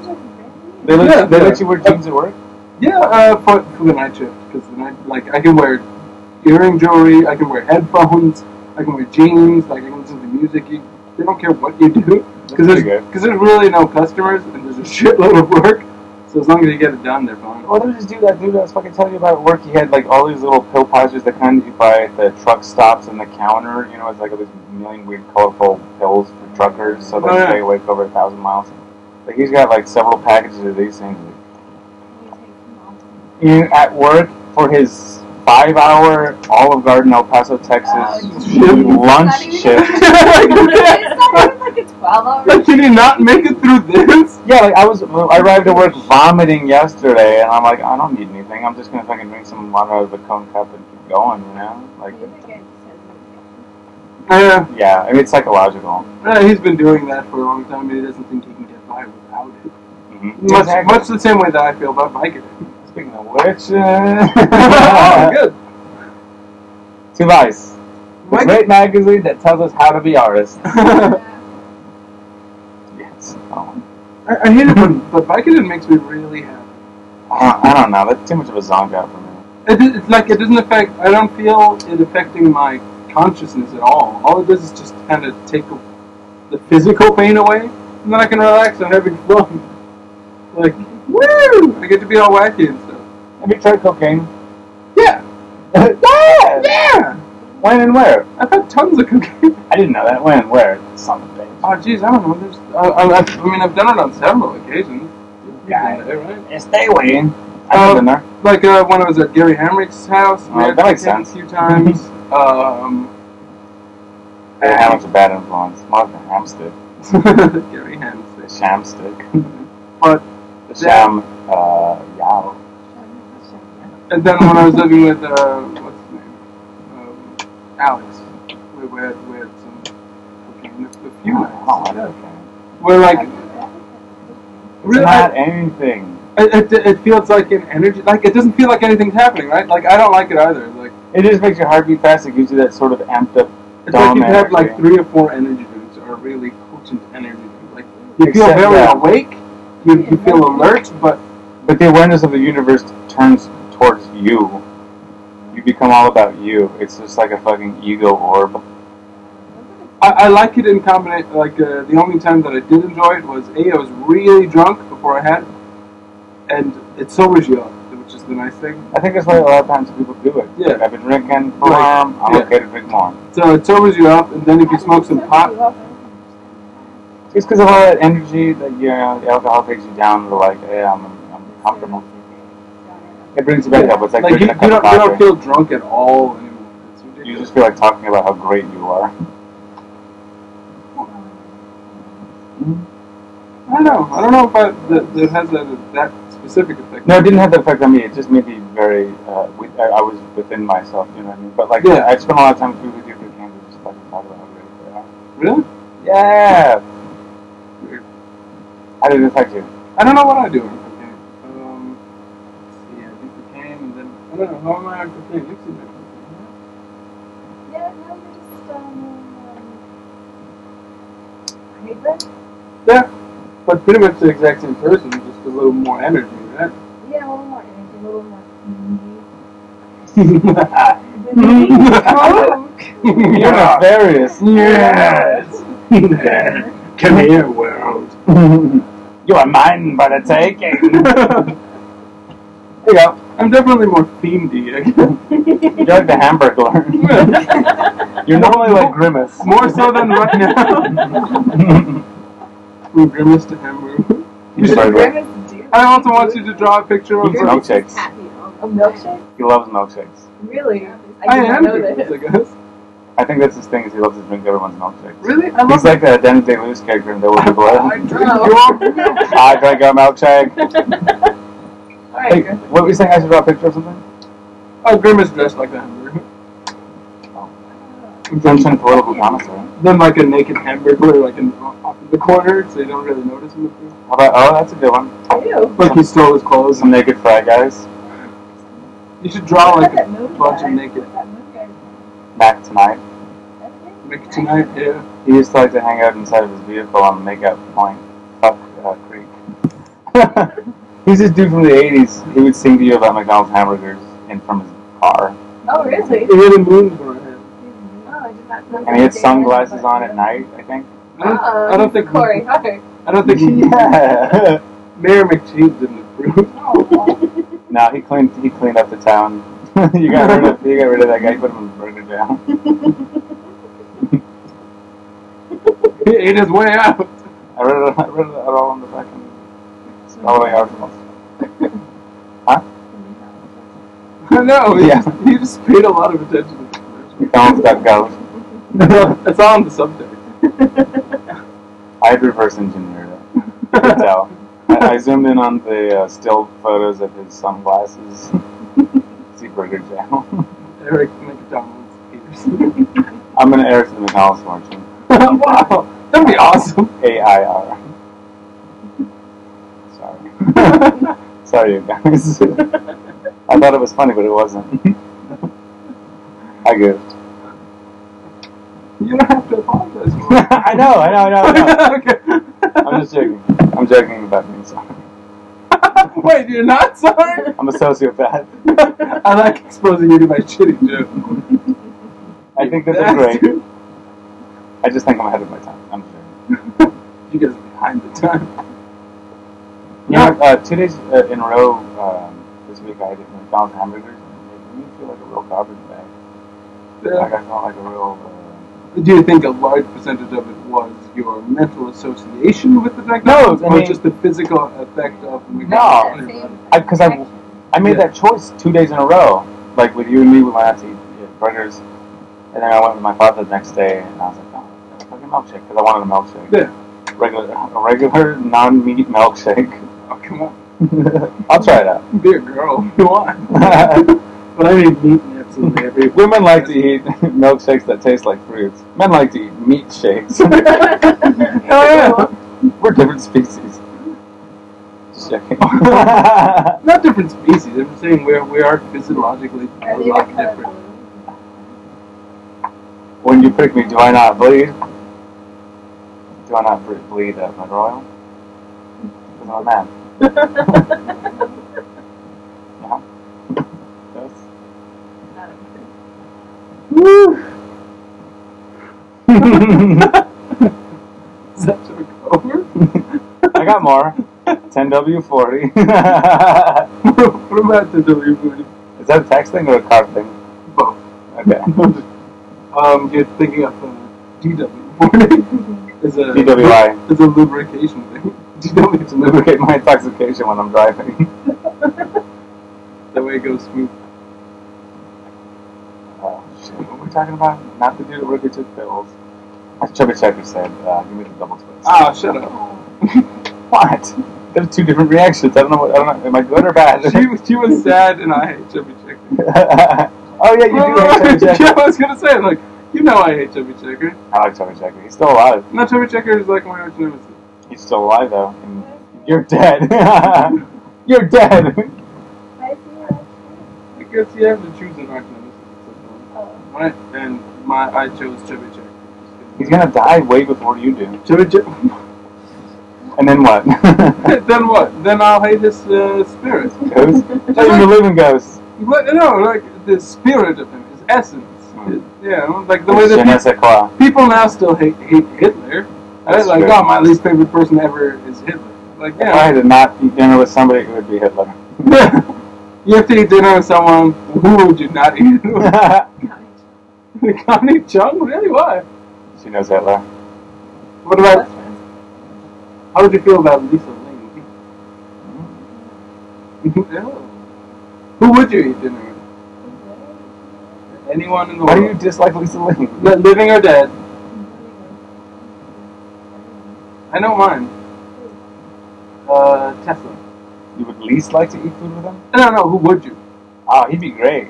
Speaker 3: They let,
Speaker 5: Yeah,
Speaker 3: they
Speaker 5: yeah.
Speaker 3: let you wear jeans at work?
Speaker 5: Yeah, uh, for, for the night shift because the night like I can wear earring jewelry, I can wear headphones, I can wear jeans, like I can listen to music. You, they don't care what you do because
Speaker 3: pretty
Speaker 5: there's
Speaker 3: good.
Speaker 5: because there's really no customers and there's a shitload of work. So as long as you get it done, they're fine.
Speaker 3: Well, there was this dude, that dude I was fucking telling you about at work. He had like all these little pill pouches, the kind that you buy at the truck stops and the counter. You know, it's like all these million weird colorful pills for truckers so they
Speaker 5: Oh, yeah.
Speaker 3: stay awake over a thousand miles. Like he's got like several packages of these things. In at work for his five-hour Olive Garden, El Paso, Texas
Speaker 5: Uh, shit.
Speaker 4: Not
Speaker 3: lunch
Speaker 4: even-
Speaker 5: [LAUGHS]
Speaker 3: shift.
Speaker 4: it's not even like a 12 hour
Speaker 5: Like, can you not make it through this?
Speaker 3: Yeah, like I was, I arrived at work vomiting yesterday, and I'm like, I don't need anything. I'm just gonna fucking drink some water out of a cone cup and keep going, you know? Like,
Speaker 5: [LAUGHS] Uh,
Speaker 3: yeah, I mean, it's psychological.
Speaker 5: uh, he's been doing that for a long time, and he doesn't think he can get by without it.
Speaker 3: Mhm.
Speaker 5: Mm-hmm. Much,
Speaker 3: Exactly.
Speaker 5: much the same way that I feel about biking.
Speaker 3: Speaking of which,
Speaker 5: [LAUGHS]
Speaker 3: [LAUGHS] uh,
Speaker 5: oh, good.
Speaker 3: [LAUGHS] Two Vice, the
Speaker 5: Mike-
Speaker 3: great magazine that tells us how to be artists.
Speaker 5: [LAUGHS]
Speaker 3: Yes. Oh.
Speaker 5: I, I hate it, but, but biking it makes me really happy.
Speaker 3: I, don't, I don't know. That's too much of a zonk out for me.
Speaker 5: It, it- it's like it doesn't affect. I don't feel it affecting my consciousness at all. All it does is just kind of take the physical pain away, and then I can relax. I'm [LAUGHS] having fun. Like, woo! I get to be all wacky and stuff.
Speaker 3: Have you tried cocaine?
Speaker 5: Yeah,
Speaker 3: yeah!
Speaker 5: yeah.
Speaker 3: When and where?
Speaker 5: I've had tons of cocaine.
Speaker 3: I didn't know that. When and where? Son of a bitch.
Speaker 5: Oh, jeez, I don't know. There's, I, I, I mean, I've done it on several occasions.
Speaker 3: Yeah.
Speaker 5: right.
Speaker 3: Yeah, stay waiting. I've been there.
Speaker 5: Like uh, when I was at Gary Hamrick's house, we
Speaker 3: Oh,
Speaker 5: had
Speaker 3: that makes
Speaker 5: cocaine
Speaker 3: sense.
Speaker 5: A few
Speaker 3: [LAUGHS]
Speaker 5: times. um,
Speaker 3: Yeah, Hamlet's a bad influence. Mark the Hamstick.
Speaker 5: Gary Hamrick.
Speaker 3: The Shamstick. [LAUGHS]
Speaker 5: But
Speaker 3: The Sham, uh, Yao.
Speaker 5: and then when I was living with uh, what's his name, um, Alex, we we had, we had some cocaine a few
Speaker 3: Oh, I
Speaker 5: nights.
Speaker 3: don't
Speaker 5: Yeah.
Speaker 3: care.
Speaker 5: We're like
Speaker 3: It's
Speaker 5: really,
Speaker 3: not
Speaker 5: I-
Speaker 3: anything.
Speaker 5: it, it, it feels like an energy. Like it doesn't feel like anything's happening, right? Like I don't like it either. Like
Speaker 3: It just makes your heart beat fast. It gives you that sort of amped up
Speaker 5: it's like
Speaker 3: dom
Speaker 5: you have
Speaker 3: energy.
Speaker 5: like three or four energy drinks or really potent energy drinks. Like you feel
Speaker 3: Except
Speaker 5: very
Speaker 3: that-
Speaker 5: awake, you, you feel alert, but
Speaker 3: But the awareness of the universe turns towards you. You become all about you. It's just like a fucking ego orb.
Speaker 5: I, I like it in combination. Like uh, the only time that I did enjoy it was a I was really drunk before I had, it, and it sobers you up, which is the nice thing.
Speaker 3: I think that's why a lot of times people do it.
Speaker 5: Yeah.
Speaker 3: I've been drinking, boom,
Speaker 5: Right.
Speaker 3: I'm
Speaker 5: Yeah.
Speaker 3: okay to drink more.
Speaker 5: So it sobers you up, and then if you smoke some pot,
Speaker 3: Just because of all that energy that you know, the alcohol takes you down to like, hey, I'm, I'm
Speaker 4: [LAUGHS]
Speaker 3: comfortable. It brings you back up. It's like,
Speaker 5: like you,
Speaker 3: drinking
Speaker 5: you
Speaker 3: a cup
Speaker 5: don't
Speaker 3: of
Speaker 5: you don't
Speaker 3: coffee.
Speaker 5: feel drunk at all anymore. It's
Speaker 3: you
Speaker 5: ridiculous.
Speaker 3: just feel like talking about how great you are.
Speaker 5: I don't know. I don't know if I, that, that has that, that specific effect.
Speaker 3: No, it didn't have that effect on me. It just made me very. Uh, with, I, I was within myself, you know what I mean? But like,
Speaker 5: Yeah.
Speaker 3: I spent a lot of time through with you through Kansas, just like talk about how great they are.
Speaker 5: really.
Speaker 3: Yeah.
Speaker 5: Weird.
Speaker 3: How did it affect you?
Speaker 5: I don't know what I do on cocaine. Um, let's see, I think cocaine, and then I don't know how am I on cocaine. You've seen me on cocaine. right? Yeah, but pretty much the exact same person, just a little more energy, right?
Speaker 3: [LAUGHS] You're nefarious.
Speaker 5: yes! Come here, world.
Speaker 3: [LAUGHS] you are mine by the
Speaker 5: [LAUGHS]
Speaker 3: taking. there you go.
Speaker 5: I'm definitely more fiendy, I guess.
Speaker 3: You're like the Hamburglar. You're normally like
Speaker 5: [LAUGHS]
Speaker 3: Grimace.
Speaker 5: more so
Speaker 3: [LAUGHS]
Speaker 5: than right now. [LAUGHS] From Grimace to Hamburg. You should- [LAUGHS]
Speaker 3: Hamburglar.
Speaker 5: I also want you to draw a picture of
Speaker 3: He's
Speaker 5: like,
Speaker 3: milkshakes.
Speaker 4: A milkshake?
Speaker 3: He loves milkshakes.
Speaker 4: Really?
Speaker 5: I
Speaker 4: didn't
Speaker 5: am
Speaker 4: know
Speaker 5: Grimace,
Speaker 4: that.
Speaker 5: I guess.
Speaker 3: I think that's his thing. Is he loves to drink everyone's milkshakes.
Speaker 5: Really? I love Oh.
Speaker 3: He's like the Dennis Day Lewis character in There Will
Speaker 5: [LAUGHS]
Speaker 3: Be
Speaker 5: I
Speaker 3: Blood.
Speaker 5: drink your milk.
Speaker 3: Ah, I drank a milkshake.
Speaker 5: I
Speaker 3: Hey,
Speaker 5: agree.
Speaker 3: what were you saying? I should draw a picture or something?
Speaker 5: Oh, Grim is dressed like a hamburger.
Speaker 3: Some sort of political commissary.
Speaker 5: Then like a naked hamburger, like in off in the corner, so you don't really notice him.
Speaker 3: How about? Oh, that's a good one.
Speaker 4: Ew.
Speaker 5: Like he stole his clothes.
Speaker 3: Some naked fry guys.
Speaker 5: You should draw
Speaker 4: I
Speaker 5: like
Speaker 4: thought
Speaker 5: a
Speaker 4: that movie
Speaker 5: bunch of
Speaker 4: guy-
Speaker 5: naked.
Speaker 4: that movie guy-
Speaker 3: Back tonight.
Speaker 4: that's it?
Speaker 5: Like tonight, yeah.
Speaker 3: He used to like to hang out inside of his vehicle on Makeup Point, Fuck uh, Creek. [LAUGHS] He's this dude from the 80s. He would sing to you about McDonald's hamburgers in from his car.
Speaker 4: Oh, really?
Speaker 5: It had a moon for him.
Speaker 4: Oh, I did not know
Speaker 3: And he had
Speaker 4: that.
Speaker 3: sunglasses on at night, I think.
Speaker 5: I don't,
Speaker 4: Uh-oh,
Speaker 5: I don't think
Speaker 4: Corey
Speaker 3: [LAUGHS]
Speaker 4: Hart.
Speaker 5: I don't think he.
Speaker 3: yeah.
Speaker 5: [LAUGHS] Mayor McCheese didn't approve.
Speaker 4: Oh, wow.
Speaker 5: [LAUGHS]
Speaker 3: no, he cleaned he cleaned up the town. [LAUGHS] you got rid of you got rid of that guy, you put him in burger jail.
Speaker 5: he ate his way out.
Speaker 3: [LAUGHS] I read it I read it all on the back end. It's all the way out. [LAUGHS]
Speaker 5: no, he,
Speaker 3: Yeah.
Speaker 5: just, he just paid a lot of attention to the
Speaker 3: McDonald's.gov.
Speaker 5: commercial. That's all in the subject.
Speaker 3: I had reverse engineered it. You could tell. I, I zoomed in on the uh, still photos of his sunglasses. [LAUGHS] See Burger Jail.
Speaker 5: Eric McDonald's Peterson.
Speaker 3: [LAUGHS]
Speaker 5: [LAUGHS]
Speaker 3: I'm gonna Eric the McDonald's fortune.
Speaker 5: wow, that'd be awesome. [LAUGHS]
Speaker 3: A I R. Sorry. Sorry, [LAUGHS] you guys. [LAUGHS] I thought it was funny, but it wasn't. [LAUGHS] I goofed.
Speaker 5: You don't have to [LAUGHS] apologize. For it.
Speaker 3: [LAUGHS] I know, I know, I know. I know. [LAUGHS] I'm
Speaker 5: okay.
Speaker 3: just joking. I'm joking about being sorry.
Speaker 5: Wait, you're not sorry?
Speaker 3: I'm a sociopath.
Speaker 5: I like exposing you to my shitty joke.
Speaker 3: I think that they're great. I just think I'm ahead of my time. I'm joking.
Speaker 5: You guys are behind the time.
Speaker 3: You know, uh, two days uh, in a row um, this week I did McDonald's hamburgers. and It made me feel like a real garbage bag. Like I felt like a real. Uh,
Speaker 5: Do you think a large percentage of it was your mental association with the
Speaker 3: No,
Speaker 5: McDonald's,
Speaker 3: I
Speaker 5: or
Speaker 3: mean-
Speaker 5: just the physical effect of the
Speaker 3: No.
Speaker 5: McDonald's?
Speaker 3: I, cause I, I made
Speaker 5: Yeah.
Speaker 3: that choice two days in a row, like with you and me. We went out to eat yeah, burgers, and then I went with my father the next day, and I was like, no, a fucking milkshake, because I wanted a milkshake.
Speaker 5: Yeah.
Speaker 3: Regular, a regular non-meat milkshake.
Speaker 5: [LAUGHS] Oh, come on.
Speaker 3: [LAUGHS] I'll
Speaker 5: [LAUGHS]
Speaker 3: try it out.
Speaker 5: Be a girl if you want. but I mean, meat in absolutely every.
Speaker 3: [LAUGHS] Women like to eat [LAUGHS] milkshakes that taste like fruits. Men like to eat
Speaker 5: [LAUGHS]
Speaker 3: meat shakes. [LAUGHS]
Speaker 5: Oh,
Speaker 3: We're different species.
Speaker 5: [LAUGHS]
Speaker 3: Just joking. [LAUGHS]
Speaker 5: yeah. Not different species. I'm saying we are, we are physiologically a
Speaker 4: Are they
Speaker 5: lot
Speaker 4: the colour
Speaker 5: different.
Speaker 3: when you prick me, do I not bleed? Do I not ble- bleed uh, at my royal? Because I'm a man. yeah. Yes.
Speaker 5: Is that joke over?
Speaker 3: I got more. [LAUGHS] 10W40.
Speaker 5: what about the delivery?
Speaker 3: Is that a text thing or a card thing?
Speaker 5: Both.
Speaker 3: Okay.
Speaker 5: [LAUGHS] um, you're thinking of uh, [LAUGHS] DW40 as a
Speaker 3: [LAUGHS] DWI.
Speaker 5: as a lubrication thing. [LAUGHS] DW
Speaker 3: To lubricate my intoxication when I'm driving. [LAUGHS]
Speaker 5: that way it goes smooth.
Speaker 3: Oh, shit. What were we talking about? Not the dude that really took pills. As Chubby Checker said, uh, give me the double twist.
Speaker 5: Ah, shut up.
Speaker 3: What? There are two different reactions. I don't know. What, I don't know. Am I good or bad?
Speaker 5: She was she
Speaker 3: [LAUGHS]
Speaker 5: was sad and I hate Chubby Checker.
Speaker 3: oh yeah, [LAUGHS] you do
Speaker 5: [LAUGHS] yeah,
Speaker 3: hate Chubby [LAUGHS] Checker.
Speaker 5: I was gonna say I'm like you know I hate Chubby Checker.
Speaker 3: I like Chubby Checker. He's still alive.
Speaker 5: No, Chubby Checker is like my arch nemesis.
Speaker 3: He's still alive though. And you're dead. [LAUGHS] you're dead.
Speaker 4: I see what I'm
Speaker 5: I guess you have to choose an arch nemesis. at some
Speaker 4: saying.
Speaker 5: point. My, and my I chose Chubby Checker.
Speaker 3: He's gonna die way before you do.
Speaker 5: Chubby Checker.
Speaker 3: And then what? [LAUGHS]
Speaker 5: [LAUGHS] then what? Then I'll hate his uh,
Speaker 3: [LAUGHS]
Speaker 5: spirit.
Speaker 3: ghosts? Not even a living ghosts.
Speaker 5: But, no, like the spirit of him, his essence.
Speaker 3: Hmm.
Speaker 5: Yeah, like the way
Speaker 3: Je ne
Speaker 5: that
Speaker 3: sais quoi.
Speaker 5: people, people now still hate, hate Hitler.
Speaker 3: That's
Speaker 5: That's like,
Speaker 3: true.
Speaker 5: oh, my least favorite person ever is Hitler. Like,
Speaker 3: If I
Speaker 5: yeah,
Speaker 3: had to not eat dinner with somebody, it would be [LAUGHS] Hitler.
Speaker 5: [LAUGHS] you have to eat dinner with someone. Who would you not eat with? [LAUGHS]
Speaker 3: she
Speaker 5: Connie Chung? Really? Why?
Speaker 3: knows Hitler.
Speaker 5: What about? How would you feel about Lisa Ling? Mm-hmm. [LAUGHS] Ew. Who would you eat dinner with? anyone in the
Speaker 3: Why do you
Speaker 5: world,
Speaker 3: dislike Lisa Lane?
Speaker 5: li- living or dead. I know mine. Uh, Tesla.
Speaker 3: You would least like to eat food with him?
Speaker 5: I don't know. Who would you?
Speaker 3: Ah, he'd be great.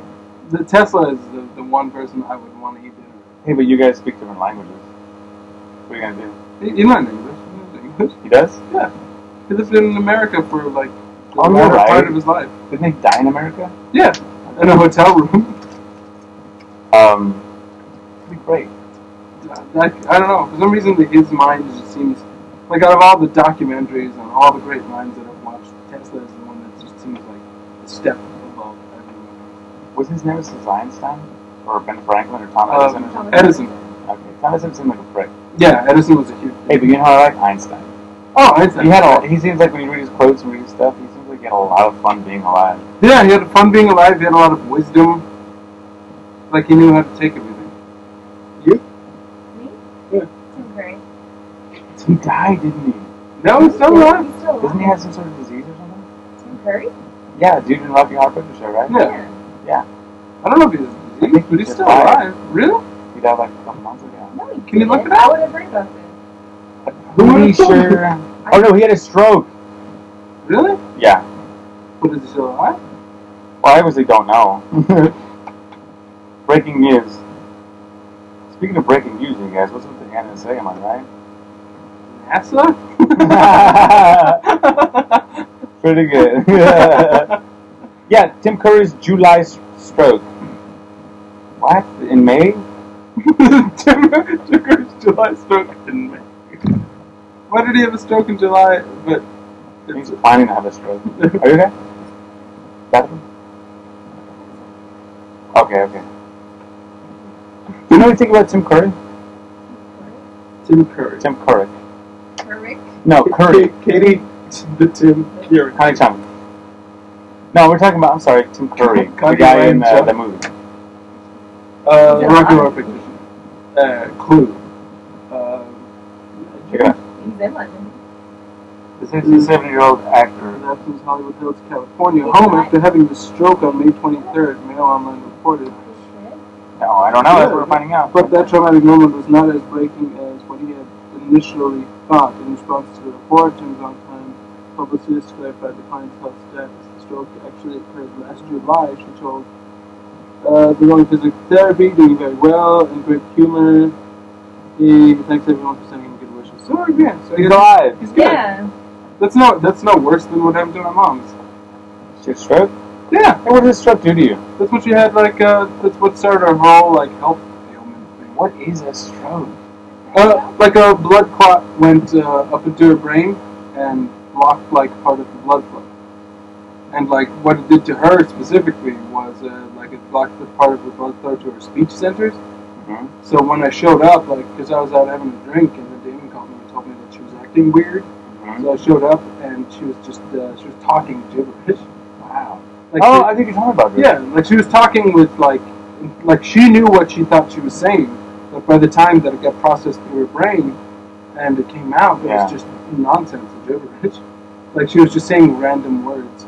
Speaker 5: The Tesla is the, the one person I would want to eat dinner. with.
Speaker 3: Hey, but you guys speak different languages. What are you gonna do?
Speaker 5: He- He's not in English. He's not English.
Speaker 3: He does?
Speaker 5: Yeah. He lived in America for like the
Speaker 3: Oh,
Speaker 5: latter
Speaker 3: right.
Speaker 5: part of his life.
Speaker 3: Didn't he die in America?
Speaker 5: Yeah, in a hotel room. [LAUGHS]
Speaker 3: Um, it'd be great.
Speaker 5: I, I don't know. For some reason, like, his mind just seems like out of all the documentaries and all the great minds that I've watched, Tesla is the one that just seems like a step above everyone.
Speaker 3: Was his name Mrs. Einstein? Or Ben Franklin or Tom
Speaker 5: Um,
Speaker 3: Edison or something?
Speaker 5: Edison.
Speaker 3: Okay, Tom Edison seemed like a prick.
Speaker 5: Yeah, Edison was a huge.
Speaker 3: Hey, but you know how I like Einstein.
Speaker 5: Oh, Edison.
Speaker 3: He had a, he seems like when you read his quotes and read his stuff, he seems like he had a lot of fun being alive.
Speaker 5: Yeah, he had fun being alive. He had a lot of wisdom. Like he knew how to take everything. You?
Speaker 4: Me?
Speaker 5: Yeah.
Speaker 4: Tim Gray.
Speaker 3: He died, didn't he?
Speaker 5: No, so not.
Speaker 4: He's still
Speaker 3: Doesn't he
Speaker 4: alive.
Speaker 3: have some sort of disease or something?
Speaker 4: Tim Curry?
Speaker 3: Yeah, dude in Rocky Horror Picture Show, right?
Speaker 5: Yeah. I don't know if he's diseased, but he's still alive. Really?
Speaker 3: He died like a couple months ago.
Speaker 4: No, he
Speaker 5: Can you look
Speaker 4: didn't.
Speaker 5: it up?
Speaker 4: I would have heard about this.
Speaker 3: Pretty sure. Oh no, he had a stroke.
Speaker 5: Really?
Speaker 3: Yeah.
Speaker 5: But is he still alive?
Speaker 3: Well, I obviously don't know. [LAUGHS] breaking news. Speaking of breaking news, you guys, what's with the NSA? Am I
Speaker 5: [LAUGHS] NASA?
Speaker 3: right? Pretty good. [LAUGHS] yeah, Tim Curry's July s- stroke. What? In May?
Speaker 5: [LAUGHS] Tim Curry's July stroke in May. Why did he have a stroke in July? But
Speaker 3: He's planning to have a stroke. Are you okay? Bathroom? Okay, okay. You know what I think about Tim Curry?
Speaker 5: Tim Curry.
Speaker 3: Tim Curry.
Speaker 4: Curric?
Speaker 3: No, Curry.
Speaker 5: Ka- Katie, the Tim Curry.
Speaker 3: Connie Chung. No, we're talking about, I'm sorry, Tim Curry. the
Speaker 5: Connie
Speaker 3: guy in
Speaker 5: Wayne
Speaker 3: uh,
Speaker 5: Chung.
Speaker 3: the movie.
Speaker 5: Uh,
Speaker 4: Yeah.
Speaker 5: Rocky Horror Picture Show. Uh, Clue. Uh, Um,
Speaker 3: Check it out.
Speaker 4: He's in London.
Speaker 3: This is a seven year old
Speaker 5: in
Speaker 3: actor.
Speaker 5: Athens, Hollywood Hills, California. Home after having a stroke on May 23rd, Mail Online reported.
Speaker 3: No, Oh, I don't know. That's what we're finding out.
Speaker 5: But that traumatic moment was not as breaking as what he had initially thought. In response to the report, Tim's longtime publicist clarified the client's health status. The stroke actually occurred last July, she told. Uh, they're going to physical therapy, doing very well, in great humor. He thanks everyone for sending him good wishes. So yeah, so
Speaker 3: He's
Speaker 5: he's,
Speaker 3: alive.
Speaker 5: he's good.
Speaker 4: Yeah.
Speaker 5: That's no that's no worse than what happened to my mom's.
Speaker 3: She had a stroke?
Speaker 5: Yeah,
Speaker 3: Hey, what did a stroke do to you?
Speaker 5: that's what she had. Like uh, that's what started her whole like health ailment thing.
Speaker 3: What is a stroke?
Speaker 5: Uh, like a blood clot went uh, up into her brain and blocked like part of the blood flow. And like what it did to her specifically was uh, like it blocked the part of the blood flow to her speech centers.
Speaker 3: Mm-hmm.
Speaker 5: So when I showed up, like because I was out having a drink, and then Damon called me and told me that she was acting weird.
Speaker 3: mm-hmm.
Speaker 5: So I showed up and she was just uh, she was talking gibberish.
Speaker 3: Wow.
Speaker 5: Like,
Speaker 3: oh,
Speaker 5: she-
Speaker 3: I think you're talking about this.
Speaker 5: yeah, like she was talking with like, like she knew what she thought she was saying, but by the time that it got processed through her brain, and it came out, it
Speaker 3: Yeah.
Speaker 5: was just nonsense and gibberish. Like she was just saying random words,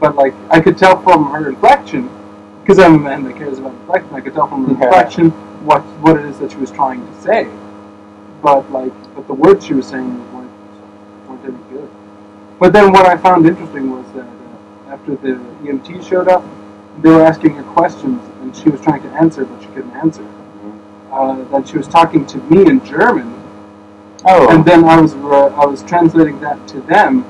Speaker 5: but like I could tell from her inflection, because I'm a man that cares about inflection. I could tell from her
Speaker 3: Yeah.
Speaker 5: inflection what what it is that she was trying to say, but like but the words she was saying weren't weren't any good. But then what I found interesting was that uh, after the EMT showed up, they were asking her questions, and she was trying to answer, but she couldn't answer. Uh, then she was talking to me in German,
Speaker 3: Oh.
Speaker 5: and then I was uh, I was translating that to them.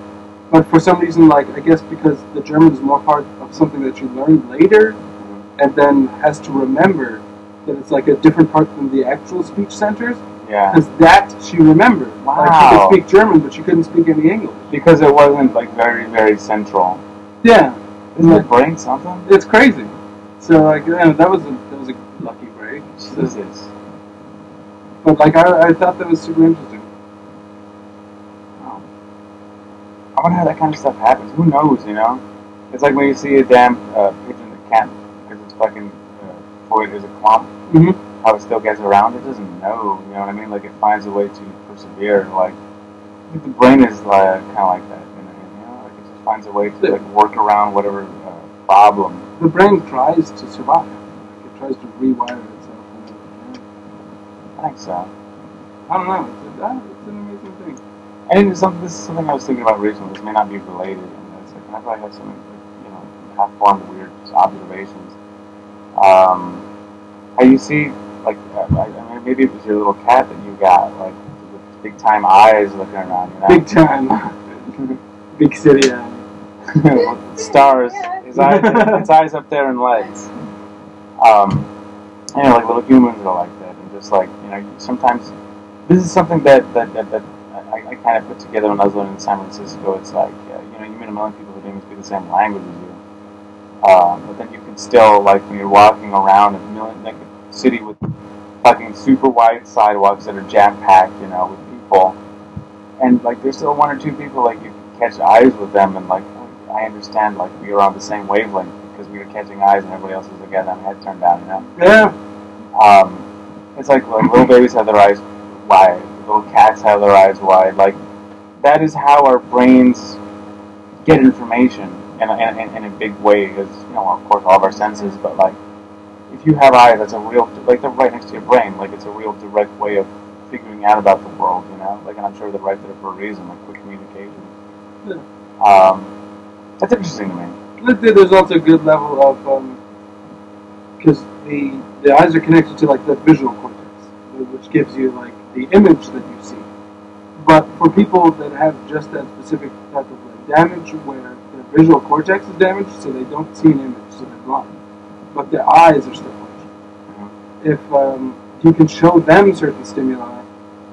Speaker 5: But for some reason, like I guess because the German is more part of something that you learn later, and then has to remember that it's like a different part than the actual speech centers.
Speaker 3: yeah.
Speaker 5: Because that she remembered. Like she
Speaker 3: Wow.
Speaker 5: could speak German, but she couldn't speak any English.
Speaker 3: Because it wasn't like very, very central.
Speaker 5: Yeah.
Speaker 3: Isn't the brain something?
Speaker 5: it's crazy. So like you know, that was a that was a lucky break. So,
Speaker 3: Jesus.
Speaker 5: but like I, I thought that was super interesting.
Speaker 3: Wow. I wonder how that kind of stuff happens. Who knows, you know? It's like when you see a damn uh, pigeon that can't, because it's fucking uh, void as a clump,
Speaker 5: Mhm.
Speaker 3: how it still gets around. It doesn't know, you know what I mean? Like, it finds a way to persevere. Like, I think the brain is like, kind of like that, you know? You know? Like, it just finds a way to like, work around whatever uh, problem.
Speaker 5: The brain tries to survive. Like, tries to rewire itself. whenever it can.
Speaker 3: I think so.
Speaker 5: I don't know. It's, a, ah, it's an amazing thing.
Speaker 3: And it's some, this is something I was thinking about recently. This may not be related, and it's like I probably have some, you know, half-formed weird observations. Um, how you see, like, uh, I, I mean, maybe it was your little cat that you got, like, with big-time eyes looking around, you know,
Speaker 5: Big time. Big city. Yeah.
Speaker 3: [LAUGHS] With stars, his eyes, its eyes up there in lights. Um, you know, like little humans are like that, and just like you know, sometimes this is something that that, that, that I, I kind of put together when I was living in San Francisco. It's like uh, you know, you meet a million people who don't even speak the same language as you, um, but then you can still like when you're walking around a million like a city with fucking super wide sidewalks that are jam packed, you know, with people, and like there's still one or two people like you can catch eyes with them, and like I understand like we were on the same wavelength because we were catching eyes and everybody else was like, got their head turned down, you know.
Speaker 5: Yeah.
Speaker 3: Um, it's like, like little babies have their eyes wide, little cats have their eyes wide. Like that is how our brains get information in a, in, a- in a big way. Because you know, of course, all of our senses, but like if you have eyes, that's a real like they're right next to your brain. Like it's a real direct way of figuring out about the world. You know, like and I'm sure they're right there for a reason, like quick communication.
Speaker 5: Yeah.
Speaker 3: Um, that's interesting to me.
Speaker 5: Let's say there's also a good level of because the the eyes are connected to like the visual cortex, which gives you like the image that you see. But for people that have just that specific type of like damage, where their visual cortex is damaged, so they don't see an image, so they're blind, but their eyes are still functioning. If um, you can show them certain stimuli,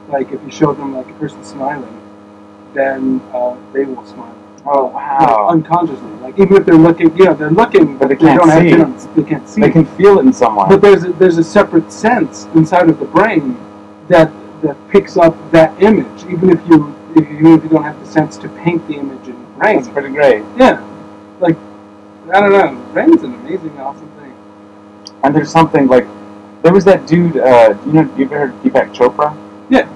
Speaker 5: like if you show them like a person smiling, then uh, they will smile.
Speaker 3: Oh
Speaker 5: like, unconsciously. Like even if they're looking, you know, they're looking, but
Speaker 3: But
Speaker 5: they,
Speaker 3: they can't
Speaker 5: don't Have,
Speaker 3: see.
Speaker 5: they, don't, they can't see.
Speaker 3: They can feel it in some way.
Speaker 5: but there's a, there's a separate sense inside of the brain that that picks up that image, even if you if you, even if you don't have the sense to paint the image in your brain.
Speaker 3: That's pretty great.
Speaker 5: Yeah, like I don't know, brain's an amazing, awesome thing.
Speaker 3: And there's something like there was that dude. Uh, you know, you ever heard of Deepak Chopra?
Speaker 5: Yeah.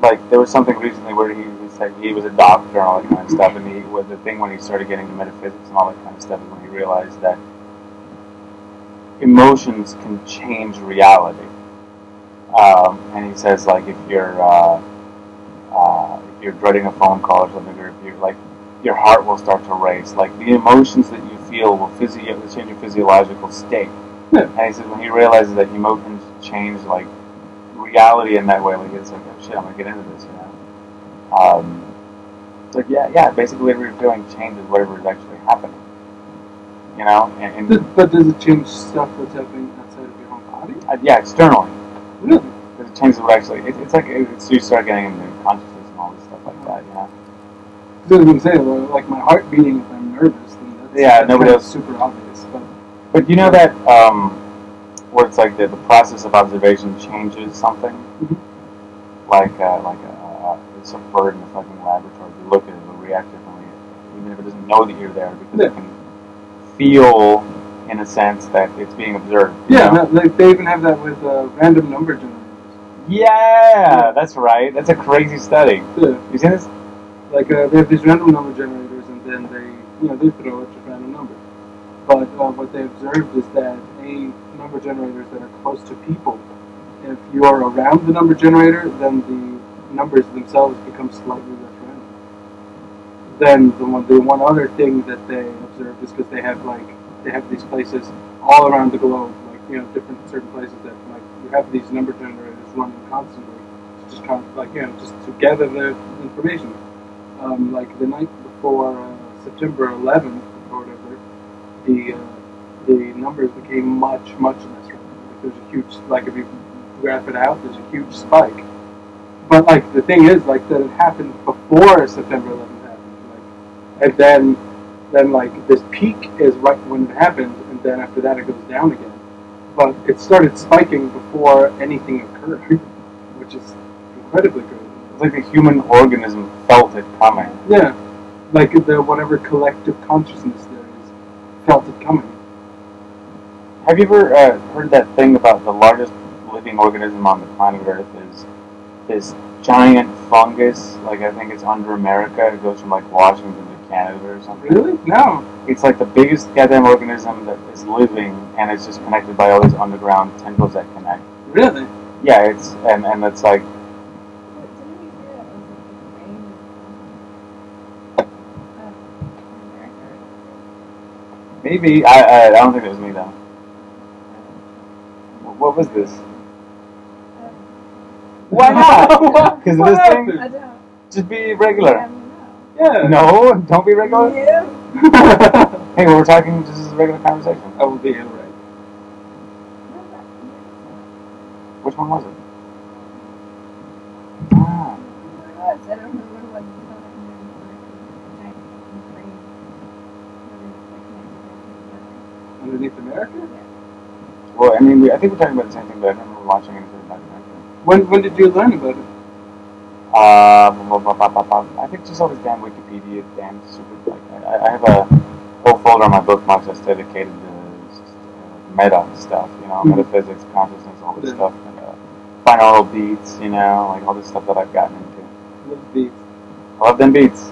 Speaker 3: Like there was something recently where he was like he was a doctor and all that kind of stuff, and he was the thing when he started getting into metaphysics and all that kind of stuff is when he realized that emotions can change reality. Um, and he says like if you're uh, uh, if you're dreading a phone call or something, or if you're like your heart will start to race. Like the emotions that you feel will physio- will change your physiological state.
Speaker 5: Yeah.
Speaker 3: And he says when he realizes that emotions change like reality in that way, like it's like oh shit, I'm gonna get into this, you know. Um, it's like yeah, yeah. Basically, whatever you're feeling changes whatever is actually happening. You know, and, and
Speaker 5: Th- But does it change stuff that's happening outside of your own body?
Speaker 3: uh, yeah, externally.
Speaker 5: Really?
Speaker 3: Because it changes what actually. It, it's like it, it's, you start getting into consciousness and all this stuff like that. You know.
Speaker 5: Because I was gonna say, like like, my heart beating if I'm nervous. Then that's,
Speaker 3: Yeah, nobody
Speaker 5: that's
Speaker 3: else-
Speaker 5: Super obvious, but
Speaker 3: But you know that um, where it's like the, the process of observation changes something,
Speaker 5: Mhm.
Speaker 3: like uh, like a, a, it's a bird in a fucking laboratory. You look at it, it'll react differently, even if it doesn't know that you're there, because
Speaker 5: Yeah.
Speaker 3: it can feel in a sense that it's being observed. you
Speaker 5: yeah,
Speaker 3: know?
Speaker 5: no, like they even have that with uh, random number generators.
Speaker 3: yeah, that's right. That's a crazy study.
Speaker 5: Yeah,
Speaker 3: You seen this?
Speaker 5: like uh, they have these random number generators, and then they, you know, they throw at just random numbers. But uh, what they observed is that a number generators that are close to people, if you are around the number generator, then the numbers themselves become slightly less random. Then the one, the one other thing that they observed is because they have like they have these places all around the globe, like you know, different certain places that like you have these number generators running constantly, to just kind of like you know, just to gather the information um, like the night before uh, September 11th or whatever, the uh, the numbers became much much less relevant. Like, there's a huge like if you graph it out, there's a huge spike. But like the thing is, like that it happened before September 11th happened, like, and then then like this peak is right when it happened, and then after that it goes down again. But it started spiking before anything occurred, [LAUGHS] which is incredibly crazy.
Speaker 3: It's like the human organism felt it coming.
Speaker 5: Yeah, like the whatever collective consciousness there is felt it coming.
Speaker 3: Have you ever uh, heard that thing about the largest living organism on the planet Earth is this giant fungus? Like I think it's under America. It goes from like Washington to Canada or something.
Speaker 5: Really? No.
Speaker 3: It's like the biggest goddamn organism that is living, and it's just connected by all these underground tendrils that connect.
Speaker 5: Really?
Speaker 3: Yeah, it's and and it's like
Speaker 4: Didn't we hear that was like the brain of um, America?
Speaker 3: maybe I I, I don't think it was me though. Wh- What was this? Why [LAUGHS] not? Because
Speaker 5: What
Speaker 3: this thing
Speaker 5: happened?
Speaker 4: I don't.
Speaker 3: just be
Speaker 4: I
Speaker 3: regular.
Speaker 4: don't know.
Speaker 5: Yeah.
Speaker 3: No, don't be regular.
Speaker 4: Yeah.
Speaker 3: [LAUGHS] Hey, we're talking. This is a regular conversation.
Speaker 5: I will be in right.
Speaker 4: No, that- yeah.
Speaker 3: Which one was it?
Speaker 4: Oh
Speaker 3: Ah,
Speaker 4: my God, I don't remember what the hell that meant, but it's a giant fucking brain. And it's, like, connected everything
Speaker 5: Underneath America?
Speaker 4: together.
Speaker 3: well, I mean, we, I think we're talking about the same thing, but I don't remember watching anything about it.
Speaker 5: When when did you learn about it?
Speaker 3: Uh, blah, blah, blah, blah, blah. I think just all this damn Wikipedia, damn stupid. Like, I, I have a whole folder on my bookmarks that's dedicated to s- uh, meta stuff, you know,
Speaker 5: Mhm.
Speaker 3: metaphysics, consciousness, all this
Speaker 5: Yeah.
Speaker 3: stuff, and uh, binaural beats, you know, like all this stuff that I've gotten into.
Speaker 5: Love beats.
Speaker 3: I love them beats.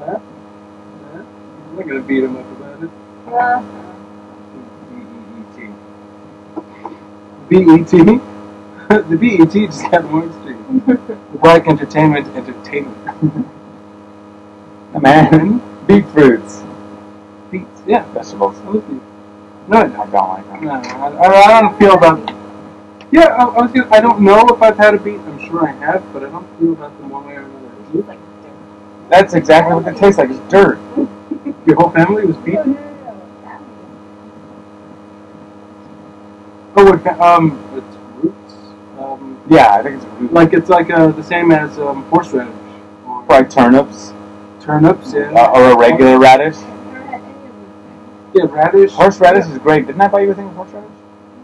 Speaker 5: Huh? Huh? I'm not gonna beat him up about it. B-E-E-T. E B-E-T? [LAUGHS] the B-E-T just had words to it. The [LAUGHS] Black Entertainment Entertainment. [LAUGHS]
Speaker 3: Man, beet fruits,
Speaker 5: beats. Yeah,
Speaker 3: vegetables.
Speaker 5: I love beats. No, I
Speaker 3: I
Speaker 5: don't.
Speaker 3: don't like them.
Speaker 5: No, I, I, I don't feel about... Yeah, I, I was gonna, I don't know if I've had a beat. I'm sure I have, but I don't feel about them one way or another.
Speaker 6: Like, different.
Speaker 3: That's exactly what it tastes like. It's dirt.
Speaker 5: Your whole family was beaten? Oh, what, fa- um, it's roots. Um,
Speaker 3: Yeah, I think it's root.
Speaker 5: like it's like uh, the same as um, horseradish or
Speaker 3: fried turnips
Speaker 5: turnips and
Speaker 3: uh, or a regular radish.
Speaker 5: yeah, radish.
Speaker 3: Horseradish is great. Didn't I buy you a thing of horseradish?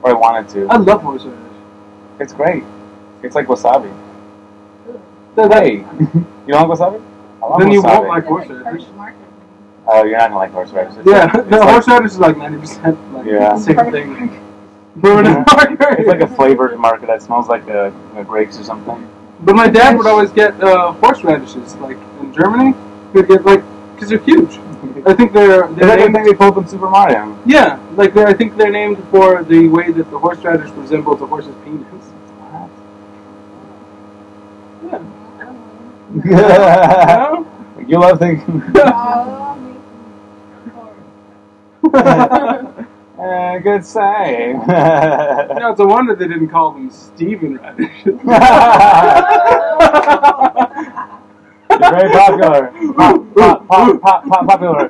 Speaker 3: Or I wanted
Speaker 5: I
Speaker 3: to.
Speaker 5: love horseradish.
Speaker 3: It's great. It's like wasabi.
Speaker 5: They're that-
Speaker 3: Hey, [LAUGHS] you don't like wasabi? I love
Speaker 5: Then
Speaker 3: wasabi.
Speaker 5: you won't like-
Speaker 3: Oh, you're not gonna like horseradish. It's
Speaker 5: Yeah, [LAUGHS]
Speaker 3: like- it's
Speaker 5: the
Speaker 3: like-
Speaker 5: horseradish is like ninety percent like
Speaker 3: [LAUGHS] Yeah.
Speaker 5: the same thing. Ruin
Speaker 3: Yeah.
Speaker 5: it harder.
Speaker 3: It's like a flavored market that smells like uh you know, grapes or something.
Speaker 5: But my dad would always get uh, horseradishes like in Germany. He'd get like because they're huge. I think they're
Speaker 3: Is that
Speaker 5: they're
Speaker 3: the
Speaker 5: named,
Speaker 3: thing they pull up in
Speaker 5: [LAUGHS]
Speaker 3: Super Mario?
Speaker 5: yeah like they're, I think they're named for the way that the horseradish resembles a horse's penis. Yeah. No?
Speaker 3: you love thinking.
Speaker 5: [LAUGHS] [LAUGHS] no,
Speaker 3: Uh, good save. [LAUGHS]
Speaker 5: it's a wonder they didn't call them Steven [LAUGHS] Radishes.
Speaker 3: You're very
Speaker 5: [LAUGHS]
Speaker 3: popular. Pop, pop, pop, pop, pop, popular.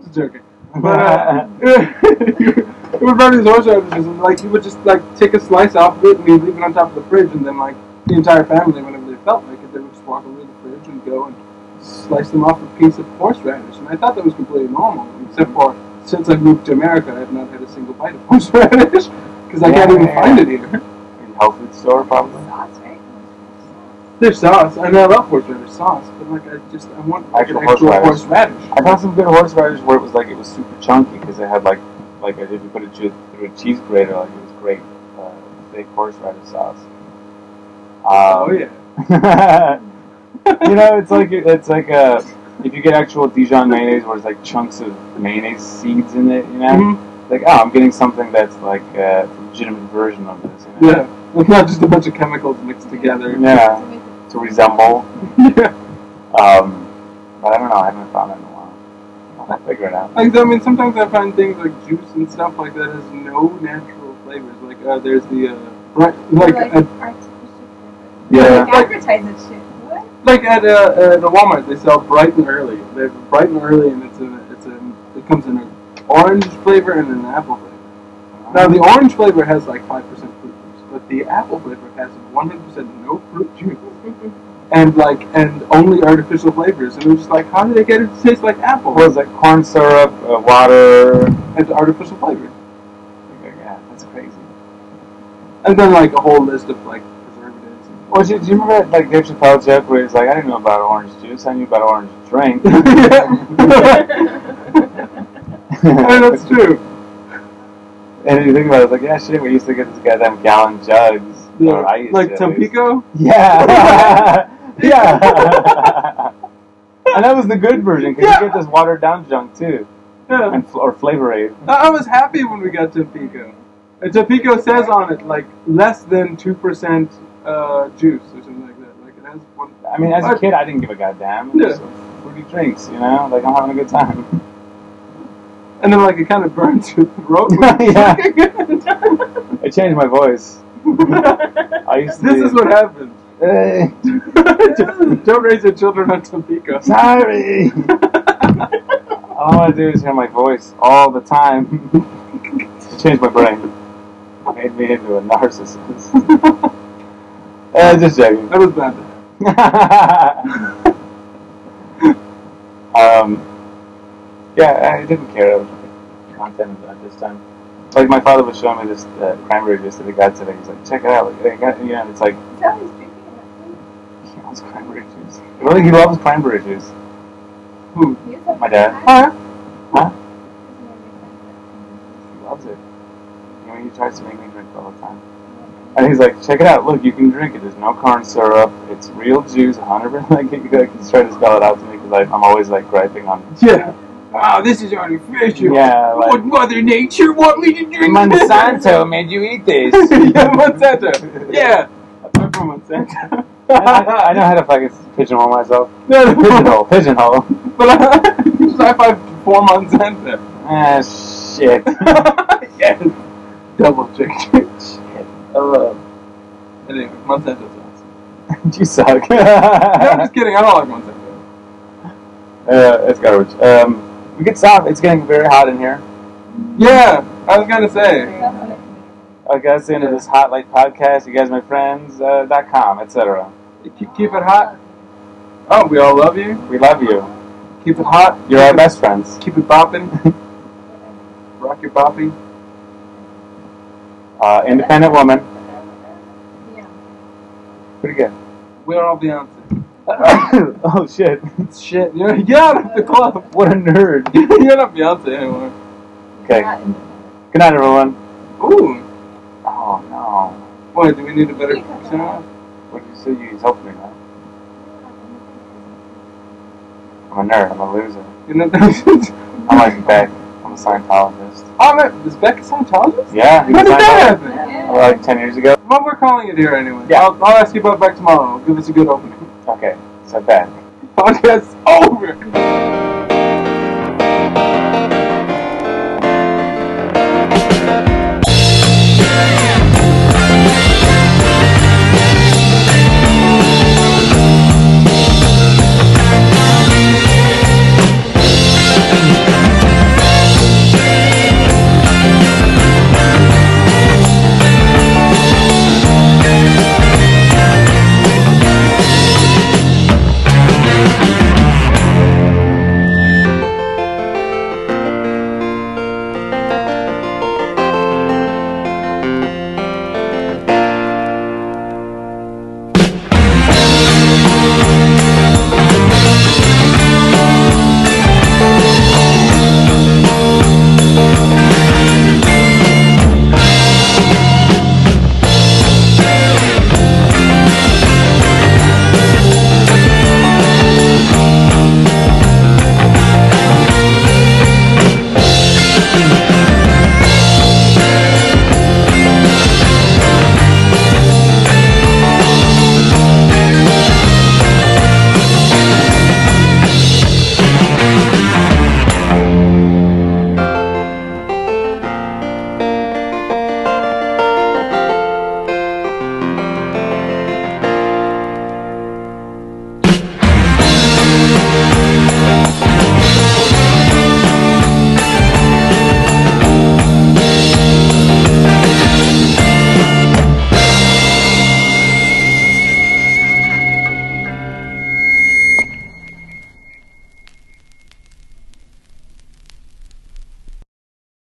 Speaker 5: Just joking.
Speaker 3: [LAUGHS]
Speaker 5: But, uh, it would run these horse radishes, and like you would just like take a slice off of it and you'd leave it on top of the fridge, and then like the entire family, whenever they felt like it, they would just walk over to the fridge and go and slice them off a piece of horseradish. And I thought that was completely normal, except for since I moved to America, I have not had a single bite of [LAUGHS] horseradish because I can't even find it here.
Speaker 3: In health food store, probably.
Speaker 5: There's sauce, and I love horseradish sauce, but like I just I want like, an
Speaker 3: Actual
Speaker 5: actual
Speaker 3: horseradish.
Speaker 5: horseradish.
Speaker 3: I found some good horseradish where it was like it was super chunky because it had like like if you put it through, through a cheese grater, like it was great uh, thick horseradish sauce. Um,
Speaker 5: Oh yeah.
Speaker 3: [LAUGHS] you know, it's like it's like uh, if you get actual Dijon mayonnaise, where it's like chunks of mayonnaise seeds in it. You know,
Speaker 5: Mhm.
Speaker 3: like oh, I'm getting something that's like a legitimate version of this. You know?
Speaker 5: Yeah, it's not just a bunch of chemicals mixed together.
Speaker 3: Yeah, to resemble.
Speaker 5: [LAUGHS] yeah.
Speaker 3: Um, but I don't know. I haven't found it in a while. I'll figure it out.
Speaker 5: Like, I mean, sometimes I find things like juice and stuff like that has no natural flavors. Like, uh, there's the, uh, right, like, at,
Speaker 3: Yeah.
Speaker 4: Like advertise that shit.
Speaker 3: [LAUGHS]
Speaker 4: What?
Speaker 5: like at, uh, at the Walmart, they sell bright and early. They have bright and early, and it's a, it's a, it comes in an orange flavor and an apple flavor. Now, the orange flavor has like 5% fruit juice, but the apple flavor has 100% no fruit juice. And like, and only artificial flavors. And it was just like, how did they get it to taste like apple?
Speaker 3: What was it? Corn syrup, uh, water.
Speaker 5: and artificial flavor.
Speaker 3: Yeah, that's crazy.
Speaker 5: And then like a whole list of like preservatives. And
Speaker 3: Well, do, do you remember that, like Dave Chappelle joke where he's like, I didn't know about orange juice. I knew about orange
Speaker 5: [LAUGHS]
Speaker 3: drink. [LAUGHS]
Speaker 5: I mean, that's true.
Speaker 3: And if you think about it, it's like, yeah, shit, we used to get these goddamn gallon jugs.
Speaker 5: Yeah.
Speaker 3: Or I used
Speaker 5: like
Speaker 3: to, at least.
Speaker 5: Tampico.
Speaker 3: [LAUGHS]
Speaker 5: [LAUGHS]
Speaker 3: Yeah. Yeah. [LAUGHS] and that was the good version because
Speaker 5: Yeah.
Speaker 3: you get this watered down junk too,
Speaker 5: yeah.
Speaker 3: [LAUGHS] and fl- or Flavor Aid.
Speaker 5: I I was happy when we got Topeka. And Topeka says on it like less than two percent uh, juice or something like that. Like it has one.
Speaker 3: I mean, as a
Speaker 5: But-
Speaker 3: kid, I didn't give a goddamn. It
Speaker 5: Yeah.
Speaker 3: was fruity drinks, you know, like I'm having a good time.
Speaker 5: And then like it kind of burns your
Speaker 3: [LAUGHS]
Speaker 5: throat. [LAUGHS]
Speaker 3: Yeah. I changed my voice. I used to.
Speaker 5: this
Speaker 3: be,
Speaker 5: is what
Speaker 3: [LAUGHS]
Speaker 5: happens.
Speaker 3: Eh,
Speaker 5: don't, don't raise your children on Topeka.
Speaker 3: sorry. all I want to do is hear my voice all the time. it changed my brain. Made me into a narcissist. [LAUGHS] uh, just joking.
Speaker 5: [LAUGHS]
Speaker 3: [LAUGHS]
Speaker 5: That was bad.
Speaker 3: um, yeah, I didn't care of content at this time. Like my father was showing me this uh, cranberry juice that he got today. He's like, check it out. Like, I got, yeah, and it's like [LAUGHS]
Speaker 4: It's always drinking it.
Speaker 3: he loves cranberry juice. Really, he loves cranberry juice.
Speaker 5: Who?
Speaker 4: You said
Speaker 3: My dad.
Speaker 4: that.
Speaker 3: Huh?
Speaker 4: Doesn't that make sense?
Speaker 3: He loves it. You know, he tries to make me drink it all the time. And he's like, check it out. Look, you can drink it. There's no corn syrup. It's real juice, 100%. [LAUGHS] Like, like he's trying to spell it out to me because I'm always like griping on
Speaker 5: [LAUGHS] Yeah. Wow, this is artificial.
Speaker 3: Yeah, like-
Speaker 5: Would Mother Nature want me to drink this?
Speaker 3: [LAUGHS] made you eat
Speaker 5: [LAUGHS] yeah, Monsanto. Yeah. I'm from
Speaker 3: [LAUGHS]
Speaker 5: Monsanto.
Speaker 3: I, I know how to fucking pigeonhole
Speaker 5: [LAUGHS]
Speaker 3: myself. Pigeonhole, pigeonhole. [LAUGHS]
Speaker 5: But I, I five four Monsanto.
Speaker 3: Ah, shit. [LAUGHS]
Speaker 5: yes. Double chick.
Speaker 3: shit.
Speaker 5: Uh, anyway, Monsanto's awesome.
Speaker 3: [LAUGHS] you suck. [LAUGHS]
Speaker 5: No, I'm just kidding. I don't like Monsanto.
Speaker 3: uh, it's garbage. Um, we could stop. It's getting very hot in here.
Speaker 5: Yeah, I was gonna say.
Speaker 4: That's what it means.
Speaker 3: Okay, that's the end of this Hot Light podcast. You guys, my friends, uh, dot com, etc.
Speaker 5: Keep, keep it hot. Oh, we all love you.
Speaker 3: We love you.
Speaker 5: Keep it hot.
Speaker 3: You're our best friends.
Speaker 5: Keep it
Speaker 3: [LAUGHS]
Speaker 5: bopping. Rock your boppy.
Speaker 3: Uh, independent woman.
Speaker 4: Yeah.
Speaker 3: Pretty good. [COUGHS]
Speaker 5: We're all Beyonce.
Speaker 3: oh, shit. [LAUGHS]
Speaker 5: Shit, [LAUGHS] you know, get out of the club. [LAUGHS]
Speaker 3: What a nerd.
Speaker 5: You're not Beyonce anymore.
Speaker 3: Okay.
Speaker 4: Not independent.
Speaker 3: Good night, everyone.
Speaker 5: Ooh.
Speaker 3: Oh, no.
Speaker 5: Why, do we need a better
Speaker 4: Keep it
Speaker 5: sound?
Speaker 3: What did you say? You helped me, man. I'm a nerd. I'm a loser.
Speaker 5: You know, [LAUGHS] that's-
Speaker 3: I'm like Beck. I'm a Scientologist.
Speaker 5: Oh, man, is Beck a Scientologist?
Speaker 3: Yeah.
Speaker 5: When did that happen?
Speaker 4: Yeah.
Speaker 3: Like 10 years ago?
Speaker 5: Well, we're calling it here anyway.
Speaker 3: Yeah.
Speaker 5: I'll, I'll ask you [LAUGHS] about back tomorrow. Give us a good opening.
Speaker 3: Okay, so Beck.
Speaker 5: Podcast's over.